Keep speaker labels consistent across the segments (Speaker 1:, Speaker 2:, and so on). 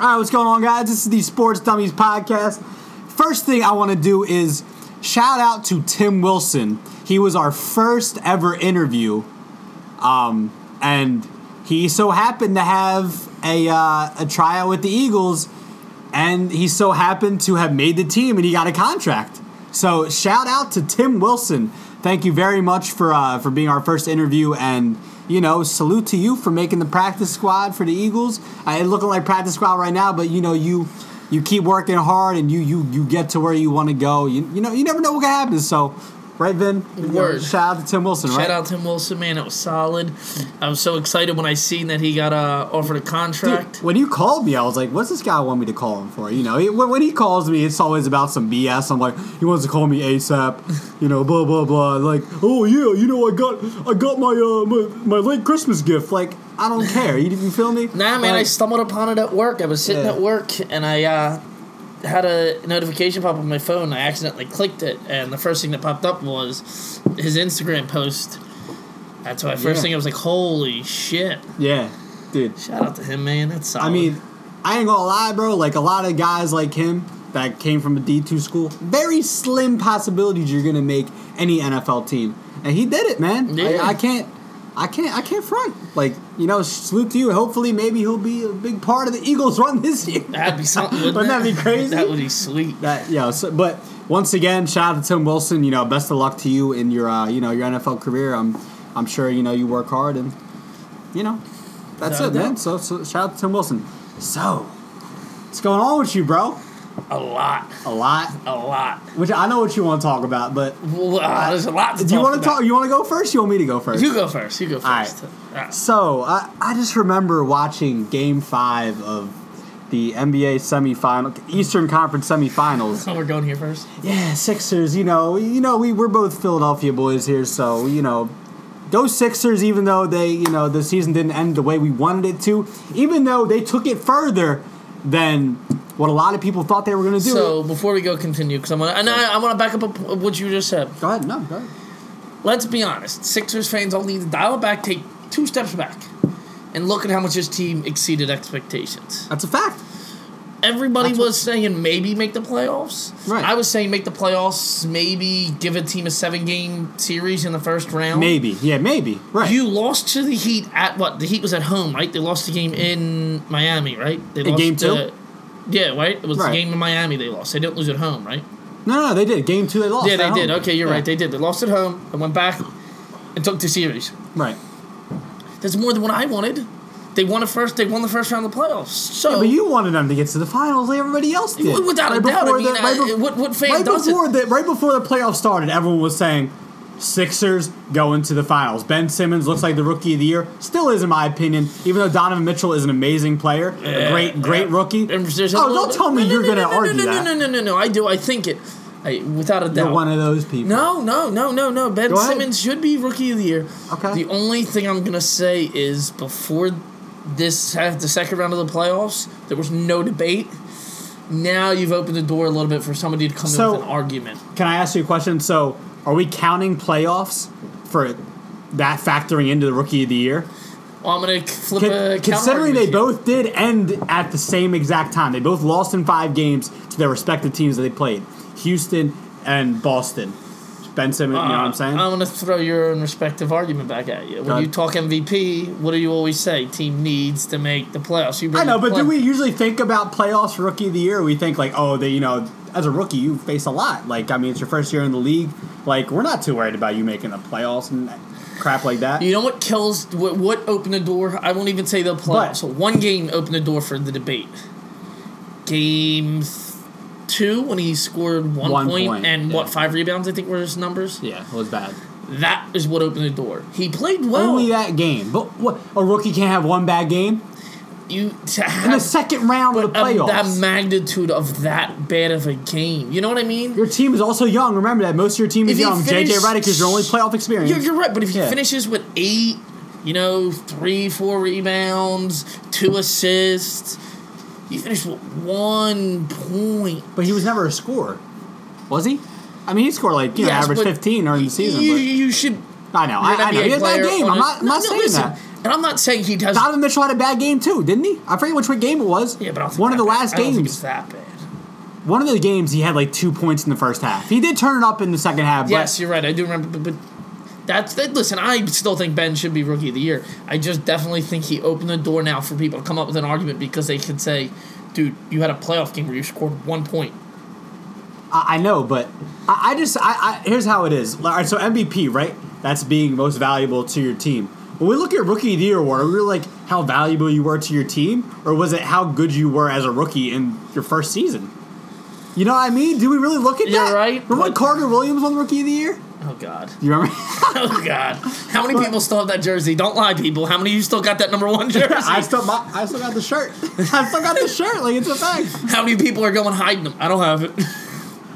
Speaker 1: All right, what's going on, guys? This is the Sports Dummies podcast. First thing I want to do is shout out to Tim Wilson. He was our first ever interview, um, and he so happened to have a uh, a tryout with the Eagles, and he so happened to have made the team, and he got a contract. So shout out to Tim Wilson. Thank you very much for uh, for being our first interview, and you know salute to you for making the practice squad for the Eagles. Uh, it looking like practice squad right now, but you know you you keep working hard and you you you get to where you want to go. You you know you never know what can happen. So right, Vin. You know,
Speaker 2: Word.
Speaker 1: shout out to Tim Wilson.
Speaker 2: Shout
Speaker 1: right?
Speaker 2: out Tim Wilson, man. It was solid. I was so excited when I seen that he got uh, offered a contract.
Speaker 1: Dude, when you called me, I was like, "What's this guy want me to call him for?" You know, he, when, when he calls me, it's always about some BS. I'm like, he wants to call me ASAP. You know, blah blah blah. Like, oh yeah, you know, I got I got my uh my, my late Christmas gift. Like, I don't care. You, you feel me?
Speaker 2: Nah, man, I
Speaker 1: Like,
Speaker 2: stumbled upon it at work. I was sitting
Speaker 1: Yeah.
Speaker 2: at work and I uh, had a notification pop up on my phone. I accidentally clicked it, and the first thing that popped up was his Instagram post. That's why first
Speaker 1: Yeah.
Speaker 2: thing I was like, holy shit.
Speaker 1: yeah, dude.
Speaker 2: Shout out to him, man. That's solid.
Speaker 1: I mean, I ain't gonna lie, bro. Like a lot of guys like him that came from a D two school, very slim possibilities you're gonna make any NFL team, and he did it, man. Like,
Speaker 2: Yeah.
Speaker 1: I can't, I can't, I can't front. Like you know, salute to you. Hopefully, maybe he'll be a big part of the Eagles run this year.
Speaker 2: that'd be something. Wouldn't,
Speaker 1: Wouldn't that
Speaker 2: it?
Speaker 1: be crazy?
Speaker 2: that would be sweet.
Speaker 1: That yeah. So, but once again, shout out to Tim Wilson. You know, best of luck to you in your uh, you know your NFL career. I'm I'm sure you know you work hard and you know that's
Speaker 2: Without
Speaker 1: it,
Speaker 2: a
Speaker 1: man.
Speaker 2: doubt.
Speaker 1: So, so shout out to Tim Wilson. So what's going on with you, bro?
Speaker 2: A lot.
Speaker 1: A lot.
Speaker 2: A lot.
Speaker 1: Which I know what you want to talk about, but
Speaker 2: Well, uh, there's a lot to
Speaker 1: do you
Speaker 2: talk
Speaker 1: want to
Speaker 2: about.
Speaker 1: talk? You want to go first? You want me to go first?
Speaker 2: You go first. You go
Speaker 1: right.
Speaker 2: first. Uh,
Speaker 1: So I, I just remember watching Game Five of the NBA semifinal, Eastern Conference semifinals.
Speaker 2: So we're going here first.
Speaker 1: Yeah, Sixers. You know, you know, we we're both Philadelphia boys here, so you know, those Sixers. Even though they, you know, the season didn't end the way we wanted it to, even though they took it further than what a lot of people thought they were going to do.
Speaker 2: So before we go continue, because I want to, I know I want to back up a p- what you just said.
Speaker 1: go ahead, no, go ahead.
Speaker 2: Let's be honest, Sixers fans all need to dial it back, take two steps back, and look at how much this team exceeded expectations.
Speaker 1: That's a fact.
Speaker 2: Everybody
Speaker 1: That's what-
Speaker 2: was saying maybe make the playoffs.
Speaker 1: Right.
Speaker 2: I was saying make the playoffs, maybe give a team a seven game series in the first round.
Speaker 1: Maybe, yeah, maybe. Right.
Speaker 2: You lost to the Heat at what? The Heat was at home, right? They lost the game in Miami, right? They
Speaker 1: In
Speaker 2: lost
Speaker 1: game two?
Speaker 2: to- yeah, right. It was
Speaker 1: Right.
Speaker 2: the game in Miami they lost. They didn't lose at home, right?
Speaker 1: no, no, they did. Game two, they lost.
Speaker 2: Yeah, they
Speaker 1: at
Speaker 2: did.
Speaker 1: home.
Speaker 2: Okay, you're
Speaker 1: Yeah.
Speaker 2: right. They did. They lost at home and went back and took the series.
Speaker 1: Right.
Speaker 2: That's more than what I wanted. They won the first. They won the first round of the playoffs. So,
Speaker 1: But you wanted them to get to the finals, like everybody else did.
Speaker 2: W- without a doubt, I mean, uh,
Speaker 1: right
Speaker 2: I- what- what fan
Speaker 1: right
Speaker 2: doesn't?
Speaker 1: before the right before the playoffs started, everyone was saying Sixers going to the finals. Ben Simmons looks like the rookie of the year. Still is, in my opinion, even though Donovan Mitchell is an amazing player, a great, great rookie.
Speaker 2: and there's a
Speaker 1: Oh,
Speaker 2: little-
Speaker 1: don't tell me
Speaker 2: No, no,
Speaker 1: you're
Speaker 2: no,
Speaker 1: going to
Speaker 2: no, no,
Speaker 1: argue
Speaker 2: no, no,
Speaker 1: that.
Speaker 2: No, no, no, no, I do. I think it. I without a doubt.
Speaker 1: You're one of those people.
Speaker 2: No, no, no, no, no. Ben
Speaker 1: Go ahead.
Speaker 2: Simmons should be rookie of the year.
Speaker 1: Okay.
Speaker 2: The only thing I'm gonna say is before this uh, the second round of the playoffs, there was no debate. Now you've opened the door a little bit for somebody to come
Speaker 1: So-
Speaker 2: in with an argument.
Speaker 1: Can I ask you a question? So, are we counting playoffs for that factoring into the rookie of the year?
Speaker 2: Well, I'm gonna flip
Speaker 1: Con-
Speaker 2: a counter
Speaker 1: considering
Speaker 2: argument
Speaker 1: they
Speaker 2: to you.
Speaker 1: both did end at the same exact time, they both lost in five games to their respective teams that they played Houston and Boston. Ben Simmons, you know what I'm saying?
Speaker 2: Uh, I want to throw your own respective argument back at you. When
Speaker 1: ahead.
Speaker 2: you talk MVP, what do you always say? Team needs to make the playoffs. You
Speaker 1: I
Speaker 2: bring
Speaker 1: know,
Speaker 2: the
Speaker 1: but do we
Speaker 2: play-
Speaker 1: usually think about playoffs rookie of the year? We think like, oh, they, you know, as a rookie, you face a lot. Like, I mean, it's your first year in the league. Like, we're not too worried about you making the playoffs and crap like that.
Speaker 2: You know what kills? What, what opened the door? I won't even say the
Speaker 1: But-
Speaker 2: playoffs. So one game opened the door for the debate. Game th- two, when he scored one,
Speaker 1: One
Speaker 2: point
Speaker 1: point,
Speaker 2: and
Speaker 1: yeah.
Speaker 2: what five rebounds? I think were his numbers.
Speaker 1: Yeah, it was bad.
Speaker 2: That is what opened the door. He played well.
Speaker 1: Only that game, but what? A rookie can't have one bad game
Speaker 2: you to
Speaker 1: in the
Speaker 2: have
Speaker 1: second round of the
Speaker 2: a-
Speaker 1: playoffs.
Speaker 2: that magnitude of that bad of a game. You know what I mean?
Speaker 1: Your team is also young. Remember that most of your team is
Speaker 2: If he
Speaker 1: young. JJ
Speaker 2: finished-
Speaker 1: Redick is your only playoff experience.
Speaker 2: You're, you're right, but if he
Speaker 1: Yeah.
Speaker 2: finishes with eight, you know, three, four rebounds, two assists, you finish with one point.
Speaker 1: but he was never a scorer, was he? I mean, he scored like you know,
Speaker 2: Yes,
Speaker 1: average
Speaker 2: but
Speaker 1: fifteen during the season.
Speaker 2: You, you should.
Speaker 1: but I know,
Speaker 2: you're
Speaker 1: I,
Speaker 2: an
Speaker 1: I know.
Speaker 2: NBA
Speaker 1: He has that
Speaker 2: player
Speaker 1: game.
Speaker 2: on
Speaker 1: I'm
Speaker 2: a-
Speaker 1: not, I'm
Speaker 2: No,
Speaker 1: not
Speaker 2: no,
Speaker 1: saying
Speaker 2: listen,
Speaker 1: that.
Speaker 2: And I'm not saying he doesn't.
Speaker 1: Donovan Mitchell had a bad game too, didn't he? I forget which game it was.
Speaker 2: yeah, but I don't think
Speaker 1: one of
Speaker 2: that
Speaker 1: the
Speaker 2: bad.
Speaker 1: last
Speaker 2: I don't think
Speaker 1: games.
Speaker 2: it's that bad.
Speaker 1: One of the games he had like two points in the first half. He did turn it up in the second half.
Speaker 2: Yes, you're right. I do remember, but, but that's that. Listen, I still think Ben should be rookie of the year. I just definitely think he opened the door now for people to come up with an argument because they could say, "Dude, you had a playoff game where you scored one point."
Speaker 1: but I, I know. But I, I just I, I here's how it is. All right, so MVP, right? That's being most valuable to your team. When we look at rookie of the year award, are we really like how valuable you were to your team, or was it how good you were as a rookie in your first season? You know what I mean? Do we really look at
Speaker 2: You're
Speaker 1: that?
Speaker 2: right,
Speaker 1: Remember when
Speaker 2: but-
Speaker 1: Carter Williams won rookie of the year?
Speaker 2: Oh God.
Speaker 1: You remember?
Speaker 2: Oh God! How many people still have that jersey? Don't lie, people. How many of you still got that number one jersey?
Speaker 1: I still my, I still got the shirt. I still got the shirt. Like it's a fact.
Speaker 2: How many people are going hiding them? I don't have it.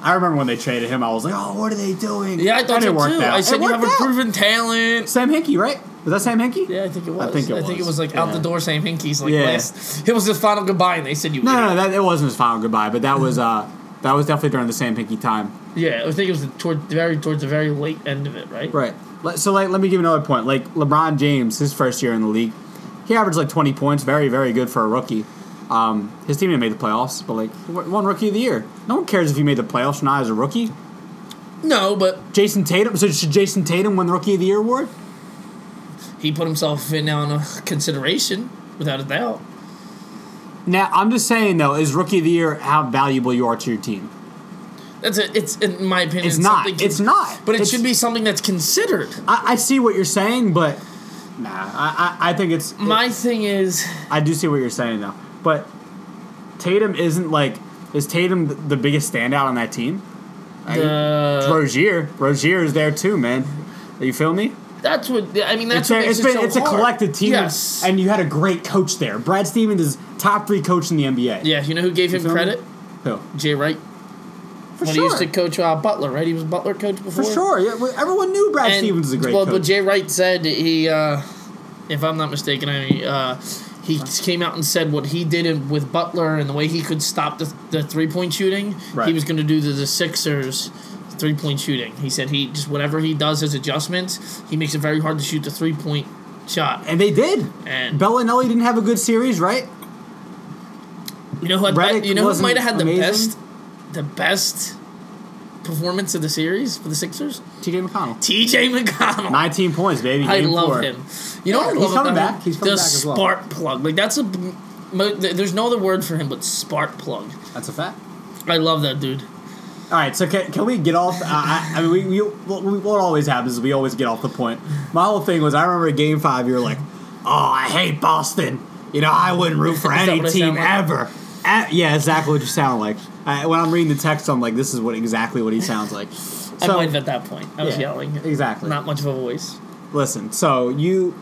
Speaker 1: I remember when they traded him, I was like, "Oh, what are they doing?"
Speaker 2: Yeah, I thought
Speaker 1: And it
Speaker 2: so
Speaker 1: worked
Speaker 2: too.
Speaker 1: out.
Speaker 2: I said
Speaker 1: It
Speaker 2: you have a
Speaker 1: worked out.
Speaker 2: proven talent.
Speaker 1: Sam Hinkie, right? Was that Sam Hinkie?
Speaker 2: Yeah, I think it was.
Speaker 1: I think it
Speaker 2: I think it
Speaker 1: was.
Speaker 2: was like out the
Speaker 1: Yeah.
Speaker 2: door saying Hinkies like
Speaker 1: Yeah.
Speaker 2: last. It was his final goodbye, and they said you.
Speaker 1: No, no,
Speaker 2: idiot.
Speaker 1: no, that it wasn't his final goodbye, but that was uh that was definitely during the Sam Hinkie time.
Speaker 2: Yeah, I think it was the toward the very towards the very late end of it, right?
Speaker 1: Right. Let- So like, let me give you another point. Like LeBron James, his first year in the league, he averaged like 20 points, very, very good for a rookie. Um, his team didn't make the playoffs, but like he won rookie of the year. No one cares if you made the playoffs or not as a rookie.
Speaker 2: No, but
Speaker 1: Jason Tatum. So should Jason Tatum win the rookie of the year award?
Speaker 2: he put himself in now in a consideration without a doubt.
Speaker 1: Now I'm just saying though, is rookie of the year how valuable you are to your team?
Speaker 2: That's it. It's in my opinion.
Speaker 1: It's not.
Speaker 2: something-
Speaker 1: It's not.
Speaker 2: But it
Speaker 1: It's-
Speaker 2: should be something that's considered.
Speaker 1: I, I see what you're saying, but Mm-hmm. nah, I, I, I think it's
Speaker 2: My thing is,
Speaker 1: I do see what you're saying though, but Tatum isn't like is Tatum th- the biggest standout on that team? Like,
Speaker 2: uh,
Speaker 1: Rozier, Rozier is there too, man. You feel me?
Speaker 2: that's what I mean.
Speaker 1: It's,
Speaker 2: That's what
Speaker 1: a,
Speaker 2: makes
Speaker 1: it's
Speaker 2: it
Speaker 1: been
Speaker 2: so
Speaker 1: it's a
Speaker 2: hard.
Speaker 1: collective team,
Speaker 2: Yes.
Speaker 1: and you had a great coach there. Brad Stevens is top three coach in the NBA.
Speaker 2: yeah, you know who gave him
Speaker 1: feel me?
Speaker 2: credit?
Speaker 1: Who?
Speaker 2: Jay Wright.
Speaker 1: For
Speaker 2: when
Speaker 1: sure.
Speaker 2: he used to coach uh, Butler, right? He was Butler coach
Speaker 1: for
Speaker 2: before.
Speaker 1: sure. Yeah, well, everyone knew Brad
Speaker 2: And-
Speaker 1: Stevens is a great
Speaker 2: well,
Speaker 1: coach.
Speaker 2: but Jay Wright said he, uh, if I'm not mistaken, I uh, he came out and said what he did in, with Butler and the way he could stop the, the three point shooting.
Speaker 1: Right.
Speaker 2: He was going to do to the Sixers three point shooting. He said he just whatever he does as adjustments, he makes it very hard to shoot the three point shot.
Speaker 1: and they did.
Speaker 2: And
Speaker 1: Bellinelli didn't have a good series, right?
Speaker 2: you know who had,
Speaker 1: Redick
Speaker 2: you know who
Speaker 1: wasn't
Speaker 2: might have had the
Speaker 1: amazing.
Speaker 2: best, the best performance of the series for the Sixers?
Speaker 1: TJ McConnell.
Speaker 2: T.J. McConnell.
Speaker 1: 19 points, baby.
Speaker 2: I
Speaker 1: Game
Speaker 2: love
Speaker 1: four.
Speaker 2: him. You know what I
Speaker 1: he's
Speaker 2: love
Speaker 1: coming
Speaker 2: about
Speaker 1: back.
Speaker 2: Him?
Speaker 1: He's coming
Speaker 2: the
Speaker 1: back as well.
Speaker 2: spark plug. Like that's a. Mo- th- there's no other word for him but spark plug.
Speaker 1: That's a fact.
Speaker 2: I love that dude.
Speaker 1: All right, so can, can we get off? Uh, I, I mean, we, we, what what always happens is we always get off the point. My whole thing was I remember game five, you were like, oh, I hate Boston. You know, I wouldn't root for
Speaker 2: that
Speaker 1: any
Speaker 2: what I
Speaker 1: team
Speaker 2: sound like?
Speaker 1: ever. Eh, yeah, exactly what you sound like. I, when I'm reading the text, I'm like, this is what exactly what he sounds like.
Speaker 2: I
Speaker 1: So,
Speaker 2: might have at that point. I was
Speaker 1: Yeah,
Speaker 2: yelling.
Speaker 1: exactly.
Speaker 2: Not much of a voice.
Speaker 1: listen, so you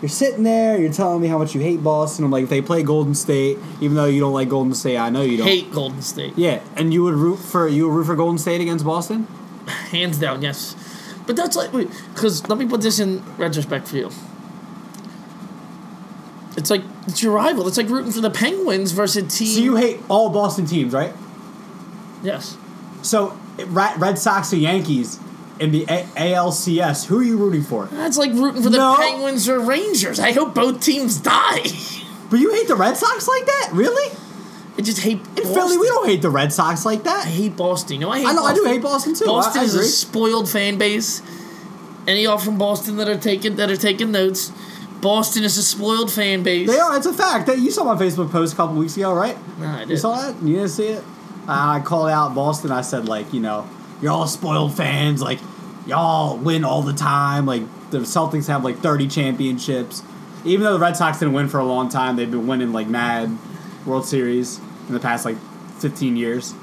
Speaker 1: you're sitting there, you're telling me how much you hate Boston. I'm like, if they play Golden State, even though you don't like Golden State, I know you don't.
Speaker 2: Hate Golden State.
Speaker 1: Yeah, and you would root for you would root for Golden State against Boston.
Speaker 2: Hands down, yes. But that's like, because let me put this in retrospect for you. It's like it's your rival. It's like rooting for the Penguins versus a team.
Speaker 1: So you hate all Boston teams, right?
Speaker 2: yes.
Speaker 1: So Ra- Red Sox and Yankees in the A- ALCS, who are you rooting for?
Speaker 2: That's like rooting for the
Speaker 1: No.
Speaker 2: Penguins or Rangers. I hope both teams die.
Speaker 1: But you hate the Red Sox like that, really?
Speaker 2: I just hate.
Speaker 1: In Philly, we don't hate the Red Sox like
Speaker 2: I
Speaker 1: that.
Speaker 2: hate Boston. You know, I hate.
Speaker 1: I know, I do
Speaker 2: Boston.
Speaker 1: hate Boston too. I-
Speaker 2: Boston
Speaker 1: I
Speaker 2: is a
Speaker 1: agree.
Speaker 2: spoiled fan base. Any y'all from Boston that are taking that are taking notes, Boston is a spoiled fan base.
Speaker 1: They are. It's a fact. That you saw my Facebook post a couple weeks ago, right?
Speaker 2: Nah, I
Speaker 1: You
Speaker 2: didn't.
Speaker 1: saw that? You didn't see it? Uh, I I called out Boston. I said, like, you know, you're all spoiled fans. Like, y'all win all the time. Like, the Celtics have like 30 championships. Even though the Red Sox didn't win for a long time, they've been winning like mad World Series in the past like 15 years.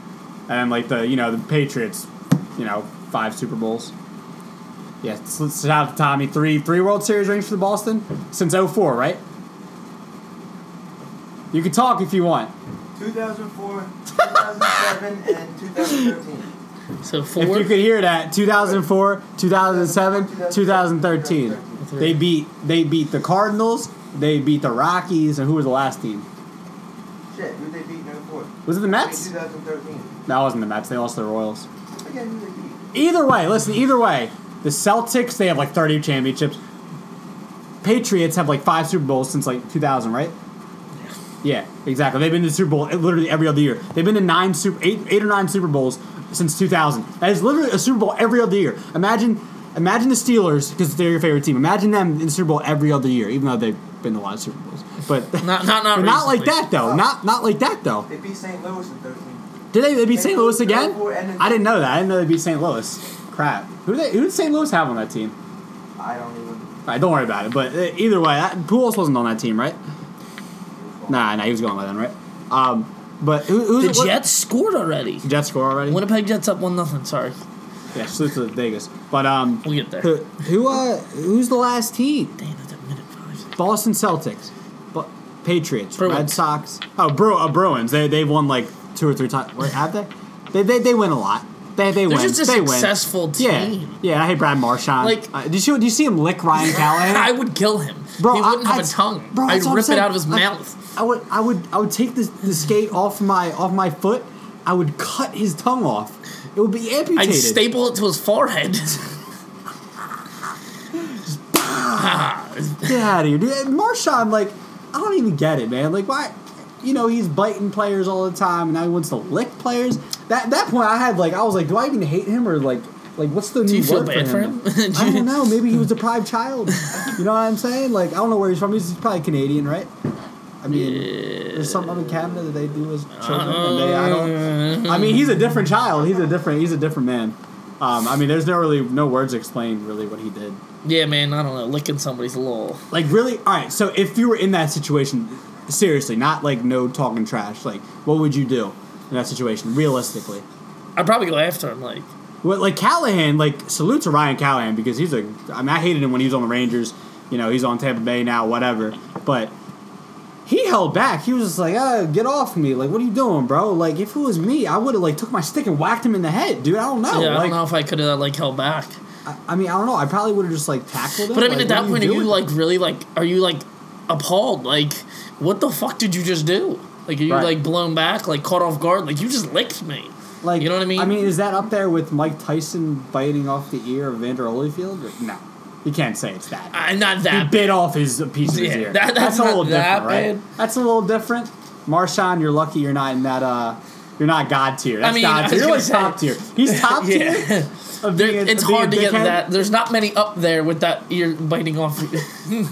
Speaker 1: And like the, you know, the Patriots, you know, five Super Bowls. Yeah, so shout out to Tommy. Three three World Series rings for the Boston since 04, right? You can talk if you want.
Speaker 3: 2004, 2007, and 2013.
Speaker 2: So
Speaker 1: If
Speaker 2: four.
Speaker 1: you could hear that, 2004, 2007, 2013. They beat they beat the Cardinals, they beat the Rockies, and who was the last team?
Speaker 3: Shit, who they beat in 04?
Speaker 1: Was it the
Speaker 3: I mean,
Speaker 1: Mets?
Speaker 3: 2013.
Speaker 1: That wasn't the Mets. They lost to the Royals.
Speaker 3: Again, who they beat?
Speaker 1: Either way, listen. Either way, the Celtics they have like 30 championships. Patriots have like five Super Bowls since like 2000, right? Yeah, exactly. They've been to the Super Bowl eh, literally every other year. They've been to nine super eight, eight or nine Super Bowls since 2000. That is literally a Super Bowl every other year. Imagine, imagine the Steelers because they're your favorite team. Imagine them in the Super Bowl every other year, even though they've been to a lot of Super Bowls. But but
Speaker 2: Not not not,
Speaker 1: not, like
Speaker 2: recently.
Speaker 1: that though. Not not like that though.
Speaker 3: They beat St. Louis in 13.
Speaker 1: Did they, they beat St. Louis again?
Speaker 3: And-
Speaker 1: I didn't know that. I didn't know they beat St. Louis. Crap. Who did they, who did St. Louis have on that team?
Speaker 3: I don't even.
Speaker 1: All right, don't worry about it. But uh, either way, that, Pujols wasn't on that team, right? Nah, nah, he was going by then, right? Um, but who, who's
Speaker 2: The
Speaker 1: what-
Speaker 2: Jets scored already.
Speaker 1: Jets score already.
Speaker 2: Winnipeg Jets up one nothing. Sorry,
Speaker 1: Yeah, salute to Vegas. But um,
Speaker 2: we'll get there.
Speaker 1: who, who uh, who's the last team?
Speaker 2: Dana, the minute five.
Speaker 1: Boston Celtics, Bu- Patriots,
Speaker 2: Bruins.
Speaker 1: Red Sox. Oh, Bru- uh, Bruins. They they've won like two or three times. Wait, have they? They they, they win a lot. They they
Speaker 2: They're
Speaker 1: win.
Speaker 2: just a
Speaker 1: they
Speaker 2: successful
Speaker 1: win. Yeah,
Speaker 2: team.
Speaker 1: yeah. I hate Brad Marchand.
Speaker 2: Like-
Speaker 1: uh, did you do you see him lick Ryan Callahan?
Speaker 2: I would kill him.
Speaker 1: Bro,
Speaker 2: he
Speaker 1: I-
Speaker 2: wouldn't have
Speaker 1: I'd-
Speaker 2: a tongue.
Speaker 1: bro,
Speaker 2: I'd
Speaker 1: that's what I'm
Speaker 2: rip it
Speaker 1: saying.
Speaker 2: out of his
Speaker 1: I-
Speaker 2: mouth.
Speaker 1: I would, I would, I would take the, the skate off my off my foot. I would cut his tongue off. It would be
Speaker 2: I'd
Speaker 1: amputated.
Speaker 2: staple it to his forehead.
Speaker 1: Get out of here, dude. And Marshawn, like, I don't even get it, man. Like, why? You know, he's biting players all the time, and now he wants to lick players. That that point, I had like, I was like, do I even hate him or like, like, what's the
Speaker 2: Do
Speaker 1: new
Speaker 2: you feel
Speaker 1: word
Speaker 2: bad for him? Do
Speaker 1: I
Speaker 2: you-
Speaker 1: don't know. Maybe he was a deprived child. You know what I'm saying? Like, I don't know where he's from. He's probably Canadian, right? I mean, there's something up in Canada that they do as children, and they, I don't. I mean, he's a different child. He's a different. He's a different man. Um, I mean, there's no really no words to explain really what he did.
Speaker 2: yeah, man, I don't know. Licking somebody's a little.
Speaker 1: Like really, all right. So if you were in that situation, seriously, not like no talking trash. Like, what would you do in that situation, realistically?
Speaker 2: I'd probably go after him. Like,
Speaker 1: Well, like Callahan, like salute to Ryan Callahan because he's a. I mean, I hated him when he was on the Rangers. You know, he's on Tampa Bay now, whatever. But he held back. He was just like, "Ah, get off me! Like, what are you doing, bro? Like, if it was me, I would have like took my stick and whacked him in the head, dude. I don't know.
Speaker 2: yeah, I
Speaker 1: like,
Speaker 2: don't know if I could have like held back.
Speaker 1: I, I mean, I don't know. I probably would have just like tackled him.
Speaker 2: But I mean,
Speaker 1: Like, what
Speaker 2: at that point, are you
Speaker 1: doing?
Speaker 2: like really like? Are you like appalled? Like, what the fuck did you just do? Like, are you
Speaker 1: Right.
Speaker 2: like blown back? Like, caught off guard? Like, you just licked me.
Speaker 1: Like,
Speaker 2: you know what I mean?
Speaker 1: I mean, is that up there with Mike Tyson biting off the ear of Vander Holyfield? Or- no, you can't say it's that.
Speaker 2: I, not
Speaker 1: he
Speaker 2: that.
Speaker 1: bit off his a piece of his
Speaker 2: Yeah,
Speaker 1: ear.
Speaker 2: that- that's
Speaker 1: a
Speaker 2: not
Speaker 1: little
Speaker 2: that
Speaker 1: different, right?
Speaker 2: bad.
Speaker 1: That's a little different. Marshawn, you're lucky you're not in that. uh You're not God tier. That's
Speaker 2: mean, I
Speaker 1: God
Speaker 2: was
Speaker 1: tier. You're
Speaker 2: gonna
Speaker 1: like
Speaker 2: say-
Speaker 1: top tier. He's top
Speaker 2: Yeah.
Speaker 1: tier. of
Speaker 2: There-
Speaker 1: being a-
Speaker 2: it's
Speaker 1: of being a
Speaker 2: hard to get
Speaker 1: dickhead.
Speaker 2: that. There's not many up there with that ear biting off.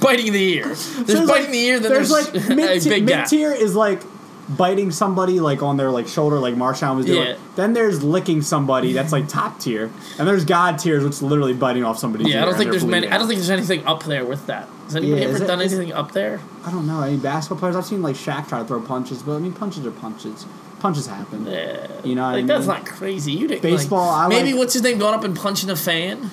Speaker 2: biting the ear. There's, biting
Speaker 1: like-
Speaker 2: the ear. Then
Speaker 1: there's,
Speaker 2: there's,
Speaker 1: like mid
Speaker 2: a big gap.
Speaker 1: tier is like biting somebody like on their like shoulder like Marshawn was doing.
Speaker 2: Yeah.
Speaker 1: Then there's licking somebody that's like top tier, and there's God tiers which is literally biting off somebody's ear
Speaker 2: Yeah, I don't
Speaker 1: and
Speaker 2: think
Speaker 1: they're
Speaker 2: there's many.
Speaker 1: bleeding
Speaker 2: I don't
Speaker 1: out.
Speaker 2: think there's anything up there with that. Has anybody
Speaker 1: Yeah,
Speaker 2: ever
Speaker 1: is it-
Speaker 2: done
Speaker 1: is-
Speaker 2: anything up there?
Speaker 1: I don't know any basketball players. I've seen like Shaq try to throw punches, but I mean punches are punches. Punches happen.
Speaker 2: Yeah.
Speaker 1: You know what
Speaker 2: like
Speaker 1: I
Speaker 2: that's
Speaker 1: mean?
Speaker 2: not crazy. You didn't
Speaker 1: Baseball, I
Speaker 2: Like, maybe
Speaker 1: like-
Speaker 2: what's his name going up and punching a fan?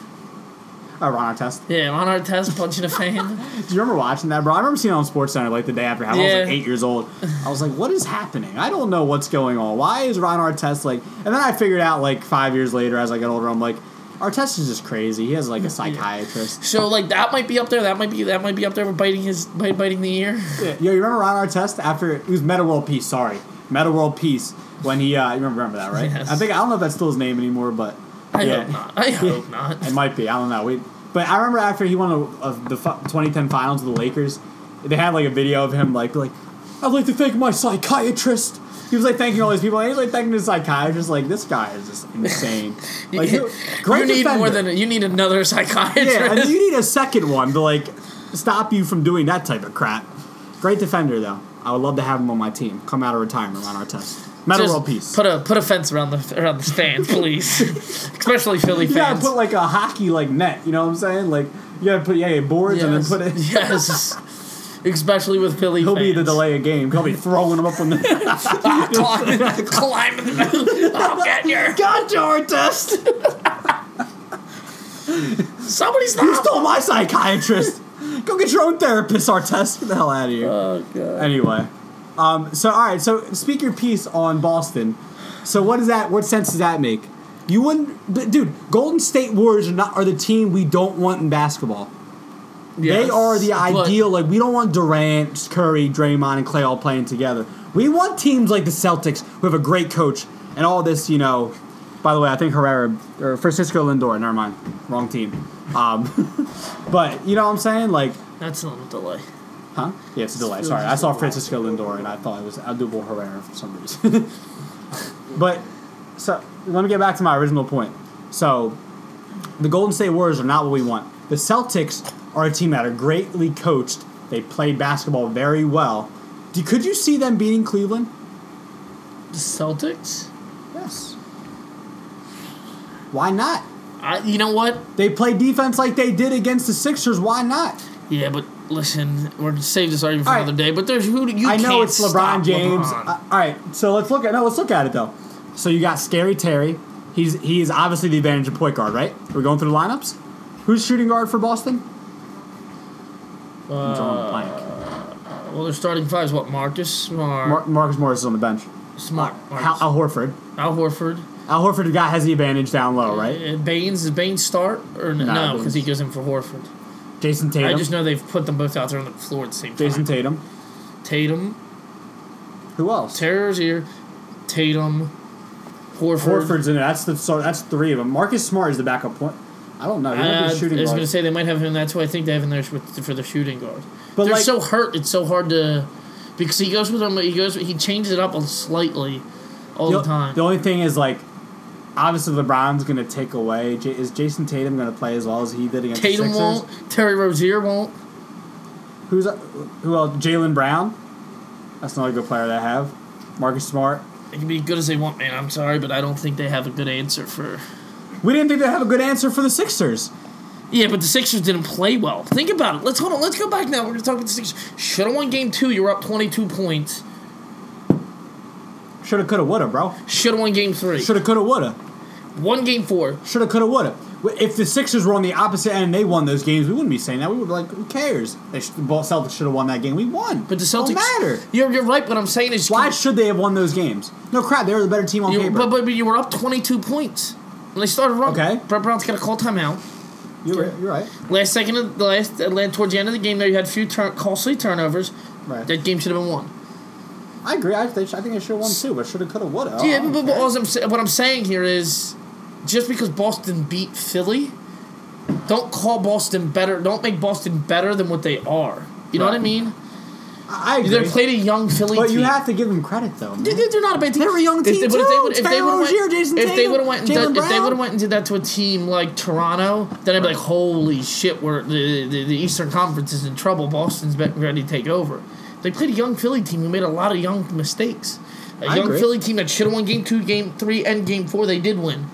Speaker 1: A Ron Artest.
Speaker 2: Yeah, on our test punching a fan.
Speaker 1: Do you remember watching that, bro? I remember seeing it on Sports Center like the day after. I was
Speaker 2: Yeah.
Speaker 1: like eight years old. I was like, "What is happening? I don't know what's going on. Why is Ron Artest like?" And then I figured out like five years later, as I got older, I'm like, Artest is just crazy. He has like a psychiatrist.
Speaker 2: So like that might be up there. That might be that might be up there with biting his bite, biting the ear.
Speaker 1: Yeah. Yo, you remember Ron Artest after it was Meta World Peace? Sorry, Meta World Peace. When he, uh, you remember that, right?
Speaker 2: Yes.
Speaker 1: I think I don't know if that's still his name anymore, but
Speaker 2: I
Speaker 1: yeah,
Speaker 2: hope not. I hope not.
Speaker 1: It might be. I don't know. We, but I remember after he won a, of the fu- 2010 finals with the Lakers, they had like a video of him like be like, I'd like to thank my psychiatrist. He was like thanking all these people. And he was like thanking his psychiatrist. Like this guy is just insane. like he- great
Speaker 2: you need
Speaker 1: defender.
Speaker 2: more than you need another psychiatrist.
Speaker 1: yeah. And you need a second one to like stop you from doing that type of crap. Great defender though. I would love to have him on my team. Come out of retirement on our test. Metal
Speaker 2: Just
Speaker 1: world peace.
Speaker 2: Put a put a fence around the around the fans, please. Especially Philly
Speaker 1: you gotta
Speaker 2: fans.
Speaker 1: put like a hockey like net. You know what I'm saying? Like you gotta put yeah, yeah boards and then
Speaker 2: Yes.
Speaker 1: put it.
Speaker 2: Yes. Especially with Philly
Speaker 1: He'll
Speaker 2: fans.
Speaker 1: be the delay of game. He'll be throwing him up on the.
Speaker 2: Ah, climbing, climbing the mountain. I'll get you.
Speaker 1: Gotcha, Artest.
Speaker 2: Somebody
Speaker 1: You
Speaker 2: stop.
Speaker 1: stole my psychiatrist. Go get your own therapist, Artest. Get the hell out of here.
Speaker 2: Oh, God.
Speaker 1: anyway, um, so all right, so speak your piece on Boston. So what does that? What sense does that make? You wouldn't, but dude. Golden State Warriors are not are the team we don't want in basketball. They
Speaker 2: Yes,
Speaker 1: are the
Speaker 2: but-
Speaker 1: ideal. Like we don't want Durant, Curry, Draymond, and Clay all playing together. We want teams like the Celtics who have a great coach and all this. You know, by the way, I think Herrera or Francisco Lindor. Never mind, wrong team. Um, but you know what I'm saying? Like,
Speaker 2: That's not a delay.
Speaker 1: huh? Yeah, it's a delay. Sorry, I saw Francisco Lindor and I thought it was Abdul Herrera for some reason. but so let me get back to my original point. So the Golden State Warriors are not what we want. The Celtics are a team that are greatly coached. They play basketball very well. Do, could you see them beating Cleveland?
Speaker 2: The Celtics?
Speaker 1: Yes. Why not?
Speaker 2: I, you know what?
Speaker 1: They play defense like they did against the Sixers. Why not?
Speaker 2: Yeah, but listen, we're gonna save this argument for
Speaker 1: All right.
Speaker 2: another day. But there's who do- you
Speaker 1: I know
Speaker 2: can't
Speaker 1: it's
Speaker 2: stop
Speaker 1: LeBron James.
Speaker 2: LeBron.
Speaker 1: Uh, all right, so let's look at no, let's look at it though. So you got Scary Terry. He's he is obviously the advantage of point guard, right? We're going through the lineups. Who's shooting guard for Boston? I'm drawing a
Speaker 2: Uh,
Speaker 1: blank.
Speaker 2: well, their starting five is what Marcus Smart,
Speaker 1: Mar- Marcus Morris is on the bench.
Speaker 2: Smart,
Speaker 1: Al,
Speaker 2: Marcus,
Speaker 1: Al Horford.
Speaker 2: Al Horford,
Speaker 1: Al Horford guy has the advantage down low, right?
Speaker 2: Uh, Baines. Does Baines start or n-
Speaker 1: Nah,
Speaker 2: no?
Speaker 1: Baines.
Speaker 2: Because he goes in for Horford.
Speaker 1: Jason Tatum.
Speaker 2: I just know they've put them both out there on the floor at the same time.
Speaker 1: Jason Tatum.
Speaker 2: Tatum,
Speaker 1: Who else?
Speaker 2: Terror's here. Tatum, Horford.
Speaker 1: Horford's in it. That's the so that's three of them. Marcus Smart is the backup point. I don't know. He might be
Speaker 2: Uh,
Speaker 1: a shooting
Speaker 2: I was
Speaker 1: guard.
Speaker 2: gonna say they might have him. That's why I think they have him there with, for the shooting guard.
Speaker 1: But,
Speaker 2: They're
Speaker 1: like-
Speaker 2: so hurt. It's so hard to because he goes with him. He goes. He changes it up a- slightly all the
Speaker 1: o-
Speaker 2: time.
Speaker 1: only thing is like, obviously LeBron's gonna take away. J- is Jason Tatum gonna play as well as he did against
Speaker 2: Tatum
Speaker 1: the Sixers?
Speaker 2: won't. Terry Rozier won't.
Speaker 1: Who's who else? Jalen Brown. That's another good player they have. Marcus Smart.
Speaker 2: They can be as good as they want, man. I'm sorry, but I don't think they have a good answer for.
Speaker 1: We didn't think they have a good answer for the Sixers.
Speaker 2: Yeah, but the Sixers didn't play well. Think about it. Let's hold on. Let's go back now. We're gonna talk about the Sixers. Should have won Game Two. You're up 22 points.
Speaker 1: Shoulda, coulda, woulda, bro.
Speaker 2: Should have won Game Three.
Speaker 1: Shoulda, coulda, woulda.
Speaker 2: Won Game Four.
Speaker 1: Shoulda, coulda, woulda. W- If the Sixers were on the opposite end and they won those games, we wouldn't be saying that. We would be like, who cares? They sh- the Bal- Celtics should have won that game. We won.
Speaker 2: But the
Speaker 1: Don't
Speaker 2: Celtics.
Speaker 1: matter.
Speaker 2: You're, you're right. What I'm saying is
Speaker 1: Why should they have won those games? No crap. They were the better team on
Speaker 2: You,
Speaker 1: paper.
Speaker 2: but, but but you were up 22 points when they started running.
Speaker 1: Okay.
Speaker 2: Brett Brown's got a call timeout.
Speaker 1: you're, right- you're right.
Speaker 2: Last second of the last, uh, land towards the end of the game, there you had a few turn, costly turnovers.
Speaker 1: Right.
Speaker 2: That game should have been won.
Speaker 1: I agree. I, they, sh- I think they should have won too, but should have, could have, would have.
Speaker 2: yeah, but, but, all I'm, sa- what I'm saying here is, just because Boston beat Philly, don't call Boston better. Don't make Boston better than what they are. You know what I
Speaker 1: Right.
Speaker 2: mean?
Speaker 1: I I
Speaker 2: They
Speaker 1: agree.
Speaker 2: played a young Philly
Speaker 1: But
Speaker 2: team.
Speaker 1: you have to give them credit though. man.
Speaker 2: They- They're not a bad team.
Speaker 1: They're a young
Speaker 2: If
Speaker 1: team,
Speaker 2: they- but
Speaker 1: too.
Speaker 2: if they- if
Speaker 1: Terry
Speaker 2: they would've went-
Speaker 1: Rozier, Jason
Speaker 2: If they
Speaker 1: Tatum,
Speaker 2: would have went and
Speaker 1: Jaylen
Speaker 2: done, if they
Speaker 1: Brown.
Speaker 2: would have went and did that to a team like Toronto, then I'd be like, holy shit, we're, the, the the Eastern Conference is in trouble. Boston's be- ready to take over. They played a young Philly team who made a lot of young mistakes. A
Speaker 1: I
Speaker 2: young
Speaker 1: agree.
Speaker 2: Philly team that should have won Game Two, Game Three, and Game Four. They did win,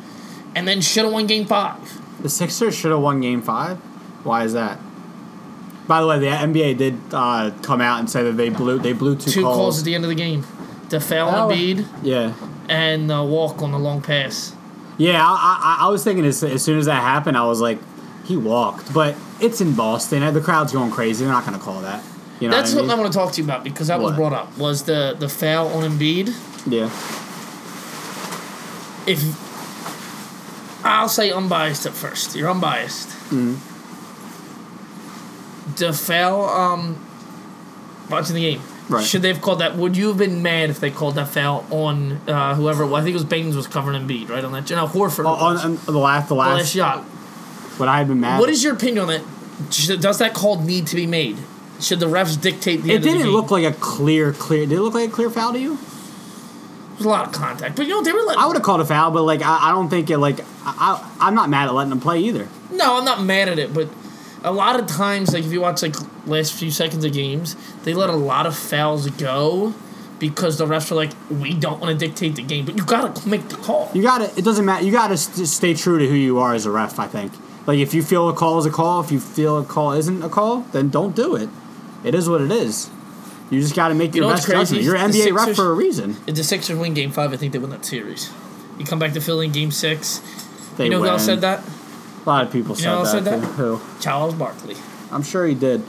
Speaker 2: and then should have won Game Five.
Speaker 1: The Sixers should have won Game Five. Why is that? By the way, the NBA did uh, come out and say that they blew they blew two,
Speaker 2: Two
Speaker 1: calls.
Speaker 2: calls, at the end of the game, the foul
Speaker 1: Oh.
Speaker 2: on Embiid
Speaker 1: yeah,
Speaker 2: and the walk on the long pass.
Speaker 1: yeah. I, I, I was thinking as, as soon as that happened, I was like, he walked, but it's in Boston. The crowd's going crazy. They're not going to call that. You know
Speaker 2: That's
Speaker 1: what I
Speaker 2: something I
Speaker 1: mean?
Speaker 2: want to talk to you about because that
Speaker 1: What?
Speaker 2: was brought up. Was the the foul on Embiid?
Speaker 1: yeah.
Speaker 2: if I'll say unbiased at first. You're unbiased.
Speaker 1: Mm-hmm.
Speaker 2: The foul, um, watching the game.
Speaker 1: Right.
Speaker 2: Should they have called that? Would you have been mad if they called that foul on uh, whoever? Well, I think it was Baines was covering Embiid, right on that. No, Horford.
Speaker 1: Oh, on, on the last, the
Speaker 2: last
Speaker 1: last,
Speaker 2: shot.
Speaker 1: what I had been mad.
Speaker 2: What is your opinion on that? Should, does that call need to be made? Should the refs dictate the
Speaker 1: It
Speaker 2: end of the
Speaker 1: didn't
Speaker 2: game?
Speaker 1: look like a clear, clear. Did it look like a clear foul to you?
Speaker 2: There's a lot of contact, but you know they were. Letting,
Speaker 1: I would have called a foul, but like I, I don't think it. Like I, I, I'm not mad at letting him play either.
Speaker 2: No, I'm not mad at it, but a lot of times, like if you watch like last few seconds of games, they let a lot of fouls go because the refs are like, we don't want to dictate the game, but you gotta make the call.
Speaker 1: You got to. It doesn't matter. You got to st- stay true to who you are as a ref. I think. Like if you feel a call is a call, if you feel a call isn't a call, then don't do it. It is what it is. You just got to make
Speaker 2: You
Speaker 1: your
Speaker 2: know
Speaker 1: best judgment.
Speaker 2: what's crazy?
Speaker 1: You're an
Speaker 2: The
Speaker 1: NBA ref
Speaker 2: Sixers-
Speaker 1: for a reason.
Speaker 2: If the Sixers win Game Five, I think they win that series. You come back to Philly in Game Six.
Speaker 1: They
Speaker 2: you know who else
Speaker 1: win.
Speaker 2: said that?
Speaker 1: A lot of people
Speaker 2: know who else
Speaker 1: said that.
Speaker 2: said
Speaker 1: too.
Speaker 2: that?
Speaker 1: Who?
Speaker 2: Charles Barkley.
Speaker 1: I'm sure he did.